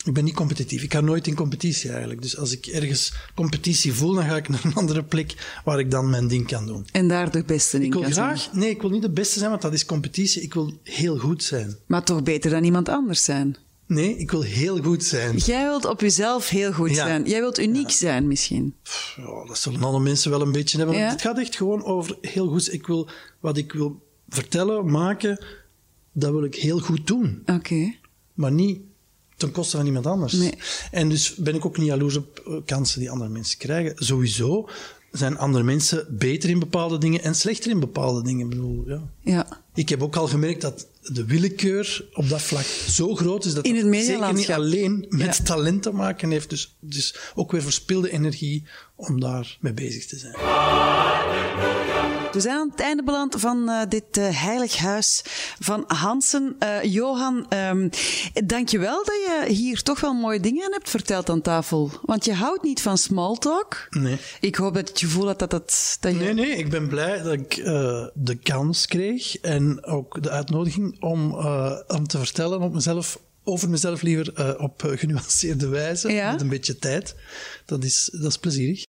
Speaker 3: Ik ben niet competitief. Ik ga nooit in competitie eigenlijk. Dus als ik ergens competitie voel, dan ga ik naar een andere plek waar ik dan mijn ding kan doen.
Speaker 2: En daar de beste in
Speaker 3: Ik wil
Speaker 2: kan zijn?
Speaker 3: graag... Nee, ik wil niet de beste zijn, want dat is competitie. Ik wil heel goed zijn.
Speaker 2: Maar toch beter dan iemand anders zijn.
Speaker 3: Nee, ik wil heel goed zijn.
Speaker 2: Jij wilt op jezelf heel goed
Speaker 3: Ja.
Speaker 2: zijn. Jij wilt uniek zijn misschien.
Speaker 3: Pff, ja, dat zullen alle mensen wel een beetje hebben.
Speaker 2: Ja.
Speaker 3: Het gaat echt gewoon over heel goed... Ik wil, wat ik wil vertellen, maken, dat wil ik heel goed doen.
Speaker 2: Oké.
Speaker 3: maar niet ten koste van iemand anders.
Speaker 2: Nee.
Speaker 3: En dus ben ik ook niet jaloers op eh, kansen die andere mensen krijgen. Sowieso zijn andere mensen beter in bepaalde dingen en slechter in bepaalde dingen. Ik, bedoel, ja.
Speaker 2: Ja.
Speaker 3: ik heb ook al gemerkt dat de willekeur op dat vlak zo groot is dat
Speaker 2: In het
Speaker 3: dat zeker niet
Speaker 2: medialandschap.
Speaker 3: alleen met
Speaker 2: Ja.
Speaker 3: talent te maken heeft. Dus, dus ook weer verspilde energie om daar mee bezig te zijn.
Speaker 2: We zijn Dus aan het einde beland van eh, dit eh, heilig huis van Hansen. Eh, Johan, ehm dank je wel dat je hier toch wel mooie dingen aan hebt verteld aan tafel. Want je houdt niet van small talk.
Speaker 3: Nee.
Speaker 2: Ik hoop dat je het gevoel had dat, dat, dat je...
Speaker 3: Nee, nee, ik ben blij dat ik eh, de kans kreeg en ook de uitnodiging om, eh, om te vertellen op mezelf, over mezelf liever eh, op eh, genuanceerde wijze,
Speaker 2: Ja.
Speaker 3: met een beetje tijd. Dat is, dat is plezierig.